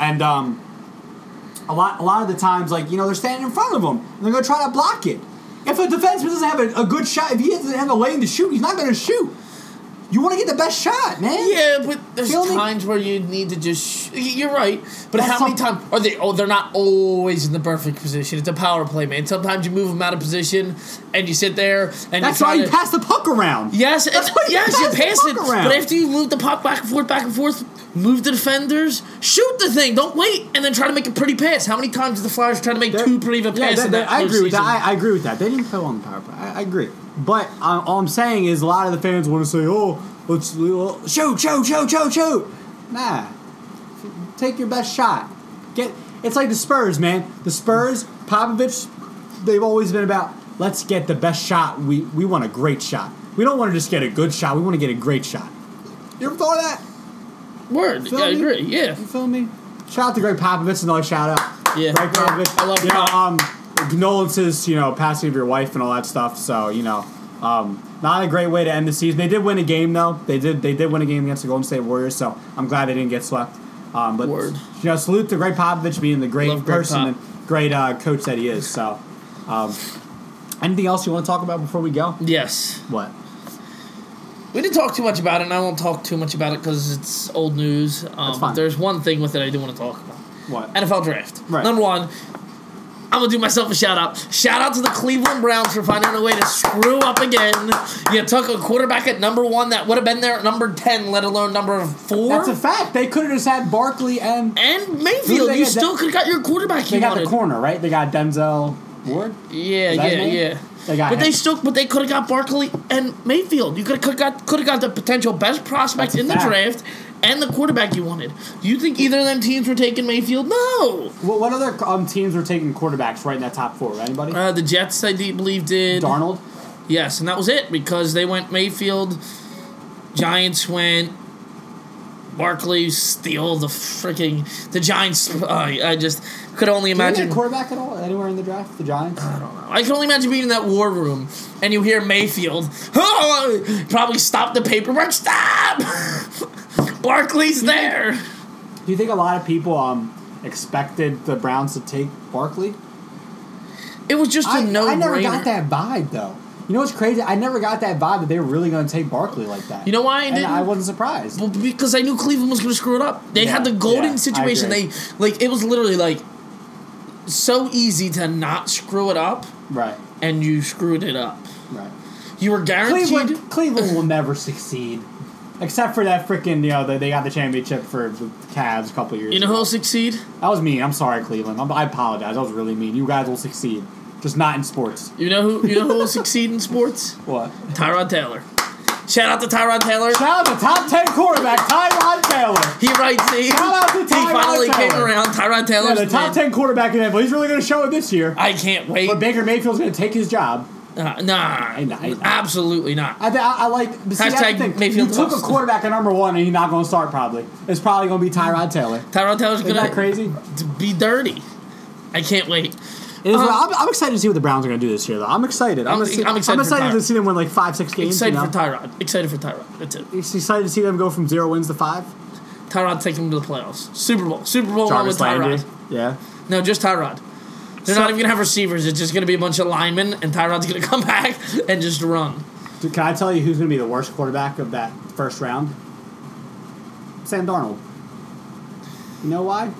Speaker 1: And um, a lot a lot of the times, like you know, they're standing in front of them. And they're gonna try to block it. If a defenseman doesn't have a, a good shot, if he doesn't have a lane to shoot, he's not gonna shoot. You want to get the best shot, man.
Speaker 2: Yeah, but there's
Speaker 1: Feel me?
Speaker 2: times where you need to just. Sh- y- you're right, but
Speaker 1: That's
Speaker 2: how many
Speaker 1: some-
Speaker 2: times are they? Oh, they're not always in the perfect position. It's a power play, man. Sometimes you move them out of position, and you sit there and
Speaker 1: That's
Speaker 2: you
Speaker 1: why
Speaker 2: try
Speaker 1: you
Speaker 2: to.
Speaker 1: pass the puck around.
Speaker 2: yes,
Speaker 1: That's
Speaker 2: it's,
Speaker 1: why you
Speaker 2: yes, you
Speaker 1: pass the
Speaker 2: pass
Speaker 1: puck
Speaker 2: it.
Speaker 1: around.
Speaker 2: But after you move the puck back and forth, back and forth, move the defenders, shoot the thing. Don't wait, and then try to make a pretty pass. How many times did the Flyers try to make
Speaker 1: They're-
Speaker 2: two pretty even
Speaker 1: yeah,
Speaker 2: passes?
Speaker 1: that-
Speaker 2: in
Speaker 1: that-
Speaker 2: that
Speaker 1: I agree with that.
Speaker 2: postseason?
Speaker 1: I, I agree with that. They didn't play well on the power play. I, I agree. But um, all I'm saying is a lot of the fans want to say, "Oh, let's uh, shoot, shoot, shoot, shoot, shoot." Nah, take your best shot. Get. It's like the Spurs, man. The Spurs, Popovich, they've always been about let's get the best shot. We we want a great shot. We don't want to just get a good shot. We want to get a great shot. You ever thought of that?
Speaker 2: Word,
Speaker 1: Feel
Speaker 2: yeah, I
Speaker 1: me?
Speaker 2: agree. Yeah,
Speaker 1: You feel me? Shout out to Greg Popovich, another shout out.
Speaker 2: Yeah.
Speaker 1: Greg Popovich.
Speaker 2: I love
Speaker 1: you know,
Speaker 2: Pop.
Speaker 1: um, condolences, you know, passing of your wife and all that stuff. So, you know, um, not a great way to end the season. They did win a game though. They did they did win a game against the Golden State Warriors, so I'm glad they didn't get swept. Um, but
Speaker 2: Word.
Speaker 1: you know, salute to Greg Popovich being the great
Speaker 2: Love Greg
Speaker 1: person
Speaker 2: Pop.
Speaker 1: and great uh, coach that he is. So um, anything else you want to talk about before we go?
Speaker 2: yes.
Speaker 1: What?
Speaker 2: We didn't talk too much about it, and I won't talk too much about it because it's old news. Um,
Speaker 1: fine.
Speaker 2: There's one thing with it I do want to talk about
Speaker 1: What?
Speaker 2: NFL draft.
Speaker 1: Right.
Speaker 2: Number one, I'm going to do myself a shout out. Shout out to the Cleveland Browns for finding a way to screw up again. You took a quarterback at number one that would have been there at number 10, let alone number four.
Speaker 1: That's a fact. They could have just had Barkley and
Speaker 2: and
Speaker 1: Who
Speaker 2: Mayfield,
Speaker 1: they
Speaker 2: you
Speaker 1: got?
Speaker 2: still could have got your quarterback
Speaker 1: they
Speaker 2: you
Speaker 1: got
Speaker 2: wanted.
Speaker 1: the corner, right? They got Denzel Ward.
Speaker 2: Yeah,
Speaker 1: Is that his
Speaker 2: yeah,
Speaker 1: name?
Speaker 2: yeah.
Speaker 1: They got
Speaker 2: but
Speaker 1: him.
Speaker 2: they still, but they could have got Barkley and Mayfield. You could have got could have got the potential best prospect
Speaker 1: That's a
Speaker 2: in the
Speaker 1: fact.
Speaker 2: draft and the quarterback you wanted. Do you think either of them teams were taking Mayfield? No.
Speaker 1: What, what other um, teams were taking quarterbacks right in that top four? Anybody?
Speaker 2: Uh, the Jets, I de- believe, did.
Speaker 1: Darnold.
Speaker 2: Yes, and that was it because they went Mayfield. Giants went. Barkley steal the freaking the Giants. Uh, I just could only
Speaker 1: Did they
Speaker 2: imagine. Uh.
Speaker 1: get a quarterback at all anywhere in the draft? The Giants.
Speaker 2: I can only imagine being in that war room and you hear Mayfield oh, probably stop the paperwork. Stop! Barkley's there.
Speaker 1: Do you think a lot of people um expected the Browns to take Barkley?
Speaker 2: It was just
Speaker 1: I,
Speaker 2: a no
Speaker 1: I never
Speaker 2: brainer.
Speaker 1: got that vibe though. You know what's crazy? I never got that vibe that they were really going to take Barkley like that.
Speaker 2: You know why I
Speaker 1: and
Speaker 2: didn't?
Speaker 1: I wasn't surprised.
Speaker 2: Well, because I knew Cleveland was going to screw it up. They had
Speaker 1: Yeah,
Speaker 2: the golden
Speaker 1: yeah, I
Speaker 2: situation.
Speaker 1: agree.
Speaker 2: They like it was literally like so easy to not screw it up,
Speaker 1: Right.
Speaker 2: and you screwed it up.
Speaker 1: Right.
Speaker 2: You were guaranteed.
Speaker 1: Cleveland. Cleveland will never succeed, except for that freaking you know they, they got the championship for the Cavs a couple years.
Speaker 2: You know
Speaker 1: ago.
Speaker 2: who'll succeed?
Speaker 1: That was mean. I'm sorry, Cleveland. I'm, I apologize. That was really mean. You guys will succeed, just not in sports.
Speaker 2: You know who? You know who will succeed in sports?
Speaker 1: What?
Speaker 2: Tyrod Taylor. Shout out to Tyrod Taylor.
Speaker 1: Now the top ten quarterback, Tyrod Taylor.
Speaker 2: He writes the.
Speaker 1: out to
Speaker 2: he
Speaker 1: Tyrod
Speaker 2: finally came
Speaker 1: Taylor.
Speaker 2: around. Tyrod Taylor's
Speaker 1: Yeah, the top
Speaker 2: man.
Speaker 1: ten quarterback in NFL. He's really going to show it this year.
Speaker 2: I can't wait.
Speaker 1: But Baker Mayfield's going to take his job.
Speaker 2: Uh, nah,
Speaker 1: I know, I know.
Speaker 2: absolutely not.
Speaker 1: I, th- I, I like. but See, that's the
Speaker 2: Hashtag
Speaker 1: thing.
Speaker 2: Mayfield
Speaker 1: You took a
Speaker 2: sucks.
Speaker 1: quarterback at number one, and he's not going to start. Probably, it's probably going to be Tyrod Taylor.
Speaker 2: Tyrod Taylor's
Speaker 1: Isn't
Speaker 2: gonna
Speaker 1: that crazy?
Speaker 2: be dirty. I can't wait.
Speaker 1: It is,
Speaker 2: Um,
Speaker 1: I'm, I'm excited to see what the Browns are going to do this year, though. I'm excited. Uh-huh. I'm,
Speaker 2: I'm-
Speaker 1: exci-
Speaker 2: I'm excited for
Speaker 1: to
Speaker 2: Tyrod.
Speaker 1: see them win like five, six games.
Speaker 2: Excited
Speaker 1: you know?
Speaker 2: for Tyrod. Excited for Tyrod. That's it.
Speaker 1: It's excited to see them go from zero wins to five.
Speaker 2: Tyrod taking him to the playoffs. Super Bowl. Super Bowl run with
Speaker 1: Jarvis
Speaker 2: Tyrod.
Speaker 1: Landry. Yeah.
Speaker 2: No, just Tyrod. They're
Speaker 1: So-
Speaker 2: not even gonna have receivers. It's just gonna be a bunch of linemen, and Tyrod's gonna come back and just run.
Speaker 1: Dude, can I tell you who's going to be the worst quarterback of that first round? Sam Darnold. You know why?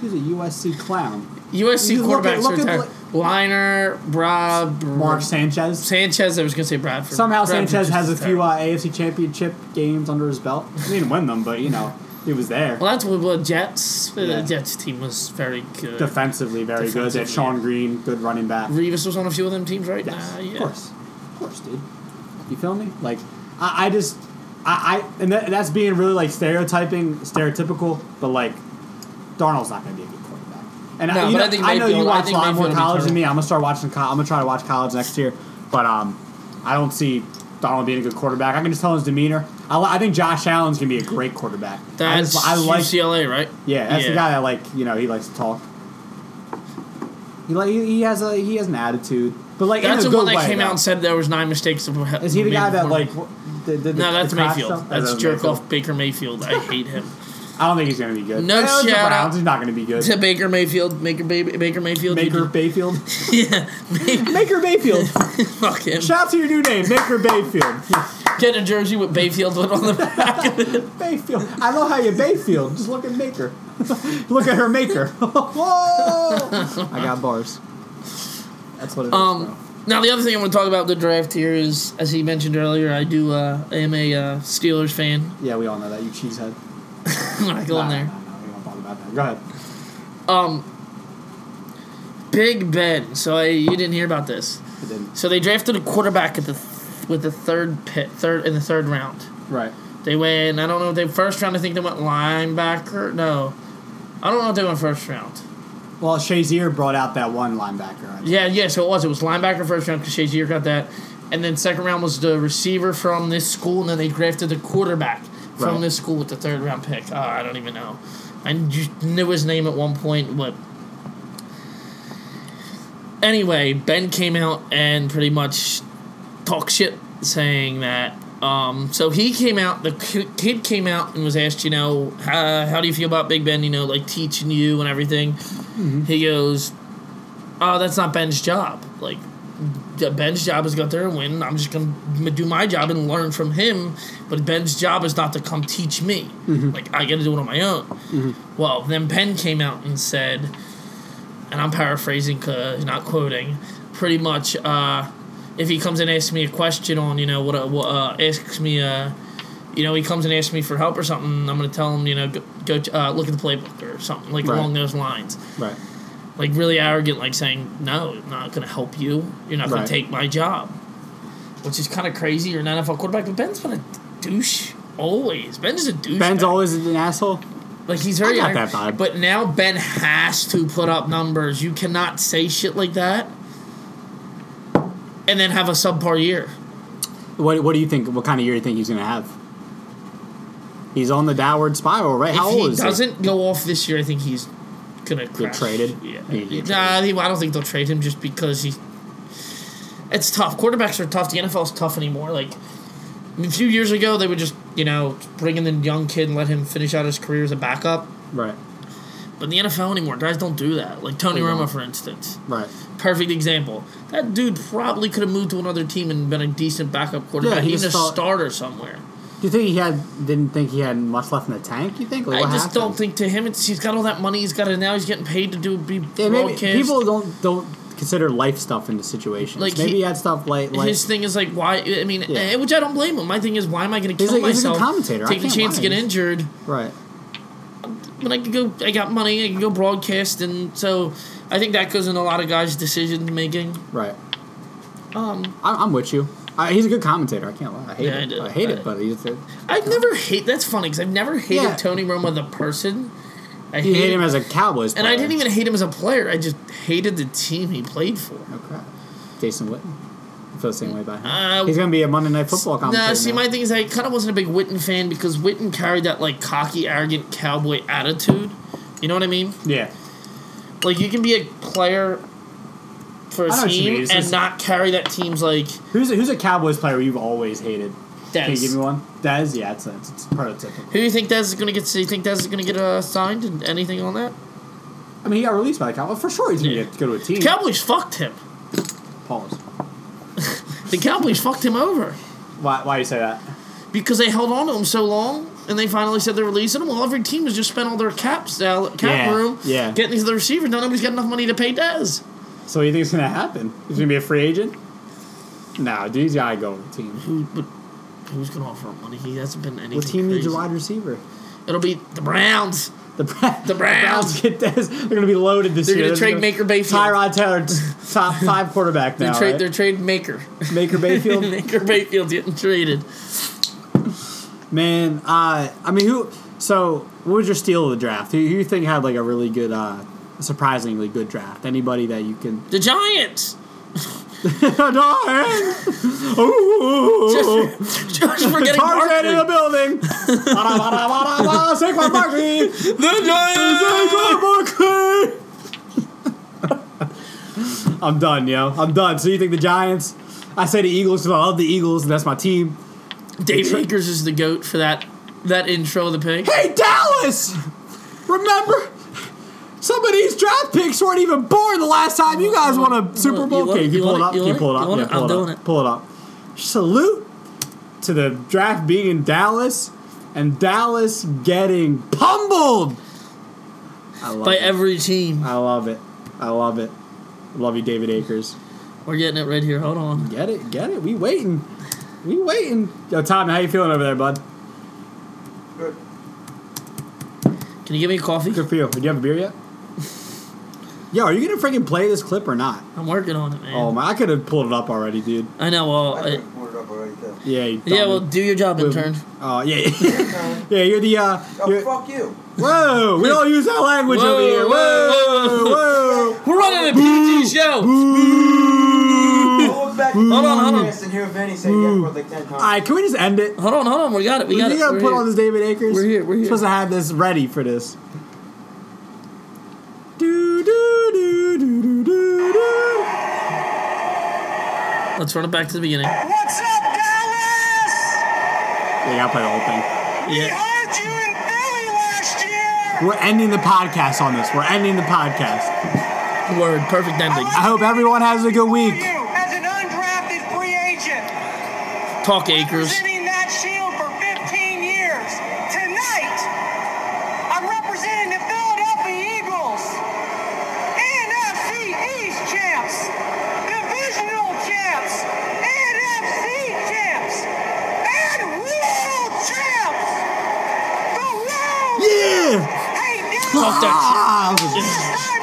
Speaker 1: He's a USC clown.
Speaker 2: USC
Speaker 1: You look at-
Speaker 2: quarterbacks
Speaker 1: look
Speaker 2: are
Speaker 1: at
Speaker 2: tired. Liner, Brad,
Speaker 1: Mark Sanchez.
Speaker 2: Sanchez. I was gonna say Bradford.
Speaker 1: Somehow
Speaker 2: Mm-hmm. Bradford
Speaker 1: Sanchez
Speaker 2: just
Speaker 1: has a
Speaker 2: is
Speaker 1: few
Speaker 2: terrible.
Speaker 1: uh, AFC Championship games under his belt. He didn't win them, but you know he was there.
Speaker 2: well, that's what well, Jets. uh,
Speaker 1: Yeah.
Speaker 2: The Jets team was very good.
Speaker 1: Defensively, very good. They had
Speaker 2: Defensively,
Speaker 1: Sean
Speaker 2: yeah.
Speaker 1: Green, good running back.
Speaker 2: Revis was on a few of them teams, right?
Speaker 1: Yes,
Speaker 2: Nah, yeah.
Speaker 1: of course, of course, dude. You feel me? Like, I, I just, I, I and that, that's being really like stereotyping, stereotypical, but like, Darnold's not going to be a good quarterback. And
Speaker 2: No,
Speaker 1: I, you
Speaker 2: but
Speaker 1: know,
Speaker 2: I think
Speaker 1: know you
Speaker 2: Mayfield- I
Speaker 1: watch a
Speaker 2: think
Speaker 1: lot more
Speaker 2: Mayfield will be
Speaker 1: college than
Speaker 2: terrible.
Speaker 1: me. I'm gonna start watching. Co- I'm gonna try to watch college next year, but um, I don't see Donald being a good quarterback. I can just tell his demeanor. I, li- I think Josh Allen's gonna be a great quarterback. I,
Speaker 2: That's
Speaker 1: just, I like.
Speaker 2: UCLA, right?
Speaker 1: Yeah, that's the guy that like you know he likes to talk. He like he, he has a he has an attitude, but like
Speaker 2: That's
Speaker 1: in
Speaker 2: the
Speaker 1: a good
Speaker 2: one that
Speaker 1: way,
Speaker 2: came out
Speaker 1: though.
Speaker 2: and said there was nine mistakes. of-
Speaker 1: Is he the
Speaker 2: made
Speaker 1: guy that
Speaker 2: before
Speaker 1: like?
Speaker 2: me.
Speaker 1: wh- The, the,
Speaker 2: No,
Speaker 1: the-
Speaker 2: that's
Speaker 1: the cop
Speaker 2: Mayfield.
Speaker 1: stuff?
Speaker 2: That's
Speaker 1: That was
Speaker 2: jerk
Speaker 1: Mayfield.
Speaker 2: off Baker Mayfield. I hate him.
Speaker 1: I don't think he's gonna be good.
Speaker 2: No
Speaker 1: Eh, it's the
Speaker 2: shout out.
Speaker 1: Browns, He's not gonna be good.
Speaker 2: To Baker Mayfield, Baker Ba- Baker Mayfield, you
Speaker 1: Maker Bayfield.
Speaker 2: did- yeah,
Speaker 1: Maker Bayfield.
Speaker 2: fuck him.
Speaker 1: Shout out to your new name, Maker Bayfield.
Speaker 2: Get a jersey with Bayfield on the back of it.
Speaker 1: Bayfield. I know how you Bayfield. Just look at Maker. look at her Maker. Whoa! I got bars. That's what it is.
Speaker 2: Um, now the other thing I want to talk about the draft here is, as he mentioned earlier, I do. Uh, I am a uh, Steelers fan.
Speaker 1: bro. Yeah, we all know that you cheesehead.
Speaker 2: I'm gonna go in
Speaker 1: Nah,
Speaker 2: there.
Speaker 1: nah, nah, we don't talk about that. Go ahead.
Speaker 2: Um, Big Ben. So I, you didn't hear about this.
Speaker 1: I didn't.
Speaker 2: So they drafted a quarterback at the th- with the third pit, third in the third round.
Speaker 1: Right.
Speaker 2: They went. I don't know. They first round. I think they went linebacker. No, I don't know if they went first round.
Speaker 1: Well, Shazier brought out that one linebacker. I think.
Speaker 2: Yeah, yeah. So it was. It was linebacker first round because Shazier got that, and then second round was the receiver from this school, and then they drafted the quarterback from
Speaker 1: Right.
Speaker 2: this school with the third round pick. Uh, I don't even know. I just knew his name at one point, but anyway, Ben came out and pretty much talked shit, saying that. Um, so he came out. The ki- kid came out and was asked, you know, how, how do you feel about Big Ben? You know, like teaching you and everything. He goes, oh, that's not Ben's job. Like, the- Ben's job is go out there and win. I'm just going to do my job and learn from him. But Ben's job is not to come teach me. Like, I got to do it on my own. Well, then Ben came out and said, and I'm paraphrasing because not quoting, pretty much, uh, if he comes and asks me a question on, you know, what, uh, what uh, asks me, uh, you know, he comes and asks me for help or something, I'm going to tell him, you know, go, go uh, look at the playbook or something, like
Speaker 1: Right.
Speaker 2: along those lines
Speaker 1: Right.
Speaker 2: like really arrogant, like saying, "No, I'm not going to help you. You're not going
Speaker 1: Right.
Speaker 2: to take my job," which is kind of crazy. You're an NFL quarterback, but Ben's been a douche always. Ben's a douche.
Speaker 1: Ben's
Speaker 2: guy.
Speaker 1: always an asshole.
Speaker 2: like he's very.
Speaker 1: I got
Speaker 2: arrogant.
Speaker 1: that vibe.
Speaker 2: But now Ben has to put up numbers. You cannot say shit like that, and then have a subpar year.
Speaker 1: What What do you think? What kind of year do you think he's going to have? He's on the downward spiral, right? How
Speaker 2: if
Speaker 1: old
Speaker 2: he
Speaker 1: is
Speaker 2: doesn't go off this year, I think he's gonna crash.
Speaker 1: traded?
Speaker 2: Yeah.
Speaker 1: He could get
Speaker 2: Nah, he- I don't think they'll trade him just because he. It's tough. Quarterbacks are tough. The NFL's tough anymore. Like a few years ago, they would just you know bring in the young kid and let him finish out his career as a backup.
Speaker 1: he? Right.
Speaker 2: But in the NFL anymore, guys don't do that. Like Tony
Speaker 1: They don't.
Speaker 2: Romo, for instance,
Speaker 1: Right.
Speaker 2: perfect example. That dude probably could have moved to another team and been a decent backup quarterback,
Speaker 1: he
Speaker 2: even
Speaker 1: just
Speaker 2: a
Speaker 1: thought-
Speaker 2: starter somewhere.
Speaker 1: Do you think he had didn't think he had much left in the tank? You think? Like,
Speaker 2: I
Speaker 1: what
Speaker 2: just
Speaker 1: happened?
Speaker 2: don't think to him. It's he's got all that money. He's got it now. He's getting paid to do be
Speaker 1: Yeah, maybe
Speaker 2: broadcast.
Speaker 1: people don't don't consider life stuff into situations.
Speaker 2: Like,
Speaker 1: maybe
Speaker 2: he-
Speaker 1: he, had stuff like like
Speaker 2: His thing is like why? I mean,
Speaker 1: Yeah.
Speaker 2: eh, which I don't blame him. My thing is why am I going to
Speaker 1: He's
Speaker 2: kill
Speaker 1: a- he's a good
Speaker 2: myself?
Speaker 1: commentator. I
Speaker 2: Take a
Speaker 1: can't
Speaker 2: chance
Speaker 1: lie.
Speaker 2: to get injured
Speaker 1: right.
Speaker 2: when I could go. I got money. I can go broadcast, and so I think that goes in a lot of guys' decision making.
Speaker 1: Right.
Speaker 2: Um,
Speaker 1: I, I'm with you. I, he's a good commentator. I can't lie. I hate
Speaker 2: Yeah, I
Speaker 1: it.
Speaker 2: do.
Speaker 1: I, hate
Speaker 2: I-
Speaker 1: it, but he's a,
Speaker 2: I've never hate. That's funny because I've never hated
Speaker 1: Yeah.
Speaker 2: Tony Romo the person. I
Speaker 1: you hate him as a Cowboys.
Speaker 2: and I
Speaker 1: player.
Speaker 2: didn't even hate him as a player. I just hated the team he played for.
Speaker 1: Oh crap! Jason Witten. feel the same way about him.
Speaker 2: Uh,
Speaker 1: He's going to be a Monday Night Football
Speaker 2: No,
Speaker 1: commentator.
Speaker 2: see,
Speaker 1: now.
Speaker 2: my thing is, I kind of wasn't a big Witten fan because Witten carried that like cocky, arrogant cowboy attitude. You know what I mean?
Speaker 1: yeah,
Speaker 2: Like you can be a player for a
Speaker 1: I know what you mean.
Speaker 2: team
Speaker 1: It's
Speaker 2: and
Speaker 1: just-
Speaker 2: not carry that team's like
Speaker 1: who's a, who's a Cowboys player you've always hated? Can you
Speaker 2: Dez.
Speaker 1: give me one? That is yeah, it's it's, it's prototypical.
Speaker 2: Who do you think Dez is gonna get? Do you think Dez is gonna get uh, signed and anything on that?
Speaker 1: I mean, he got released by the Cowboys for sure. He's going
Speaker 2: Yeah.
Speaker 1: to get to go to a team.
Speaker 2: Cowboys fucked him.
Speaker 1: Pause.
Speaker 2: The Cowboys fucked him over
Speaker 1: Why why do you say that?
Speaker 2: because they held on to him so long. And they finally said they're releasing him. Well, every team has just spent all their caps now, cap
Speaker 1: Yeah,
Speaker 2: room,
Speaker 1: yeah.
Speaker 2: getting these other receivers. Now nobody's got enough money to pay Dez.
Speaker 1: So you think it's going to happen? He's going to be a free agent? No, dude's got to go to a team.
Speaker 2: Who, but who's gonna offer him money? He hasn't been anything.
Speaker 1: What team needs a
Speaker 2: crazy.
Speaker 1: wide receiver?
Speaker 2: Ittle be the Browns.
Speaker 1: The, Bra-
Speaker 2: The Browns.
Speaker 1: get this. They're going to be loaded this
Speaker 2: They're
Speaker 1: year.
Speaker 2: gonna trade
Speaker 1: They're
Speaker 2: Maker Bayfield.
Speaker 1: Tyrod Taylor, t- top five quarterback
Speaker 2: They're,
Speaker 1: now.
Speaker 2: trade,
Speaker 1: right? Oh.
Speaker 2: they're trade Maker.
Speaker 1: Maker Bayfield.
Speaker 2: Maker Bayfield's getting traded.
Speaker 1: Man, uh, I mean, who? So, what was your steal of the draft? Who, who you think had like a really good, uh, surprisingly good draft? Anybody that you can?
Speaker 2: The Giants.
Speaker 1: Ooh,
Speaker 2: Just, just for getting
Speaker 1: Tarzan in the
Speaker 2: Barkley.
Speaker 1: building. Ba-da-ba-da-ba-da-ba, Saquon Barkley.
Speaker 2: The Giants.
Speaker 1: Saquon Barkley. I'm done, yo. I'm done. So you think the Giants? I say the Eagles because I love the Eagles and that's my team.
Speaker 2: Dave Akers is the goat for that that intro of the pig.
Speaker 1: Hey, Dallas! Remember? Some of these draft picks weren't even born the last time you guys won a Super
Speaker 2: You
Speaker 1: Bowl.
Speaker 2: want
Speaker 1: Okay,
Speaker 2: it?
Speaker 1: you
Speaker 2: You
Speaker 1: pull
Speaker 2: want
Speaker 1: it
Speaker 2: it?
Speaker 1: up.
Speaker 2: You
Speaker 1: Can you
Speaker 2: want
Speaker 1: pull it
Speaker 2: it?
Speaker 1: up?
Speaker 2: You want
Speaker 1: Yeah,
Speaker 2: it?
Speaker 1: pull
Speaker 2: I'm
Speaker 1: it
Speaker 2: doing
Speaker 1: up.
Speaker 2: it.
Speaker 1: Pull it up. Salute to the draft being in Dallas and Dallas getting pummeled. I love
Speaker 2: By
Speaker 1: it.
Speaker 2: every team.
Speaker 1: I love it. I love it. Love you, David Akers.
Speaker 2: We're getting it right here. Hold on.
Speaker 1: Get it, get it. We waiting. We waiting. Yo, Tommy, how you feeling over there, bud?
Speaker 3: Good.
Speaker 2: Can you give me a coffee?
Speaker 1: Good for you. Do you have a beer yet? Yo, are you gonna freaking play this clip or not?
Speaker 2: I'm working on it, man.
Speaker 1: Oh my, I could have pulled it up already, dude.
Speaker 2: I know. Well,
Speaker 3: I
Speaker 2: I,
Speaker 3: could've pulled it up already, too.
Speaker 1: Yeah. You
Speaker 2: yeah.
Speaker 1: dummy.
Speaker 2: Well, do your job, intern.
Speaker 1: Oh yeah.
Speaker 3: No.
Speaker 1: yeah, you're the. Uh,
Speaker 3: Oh,
Speaker 1: you're,
Speaker 3: fuck you.
Speaker 1: whoa, we don't use that language
Speaker 2: Whoa,
Speaker 1: over here. Whoa,
Speaker 2: whoa.
Speaker 1: whoa.
Speaker 2: We're running a PG show.
Speaker 1: All
Speaker 3: Hold back.
Speaker 2: Hold on, hold on.
Speaker 3: And hear Vinny say yeah for like 10 times.
Speaker 1: right, can we just end it?
Speaker 2: Hold on, hold on. We got it. We
Speaker 1: We
Speaker 2: got it.
Speaker 1: gotta
Speaker 2: We're
Speaker 1: put
Speaker 2: here.
Speaker 1: on this David Akers.
Speaker 2: We're here, we're here.
Speaker 1: Supposed to have this ready for this. Do do do do do do do.
Speaker 2: Let's run it back to the beginning.
Speaker 4: What's up, Dallas?
Speaker 1: Yeah, gotta play the whole thing.
Speaker 4: We
Speaker 2: Yeah.
Speaker 4: heard you in Philly last year.
Speaker 1: We're ending the podcast on this. We're ending the podcast.
Speaker 2: Word. Perfect ending.
Speaker 1: I hope everyone has a good week.
Speaker 4: You, as an undrafted free agent,
Speaker 2: Talk Acres.
Speaker 4: representing that shield for 15 years. Tonight, I'm representing the Philadelphia Eagles, NFC East champs, divisional champs, NFC champs, and world champs. The world
Speaker 1: Yeah!
Speaker 4: hey, Dallas.
Speaker 2: Talk that shit.
Speaker 1: Ah, that was a-
Speaker 4: Yes, sir.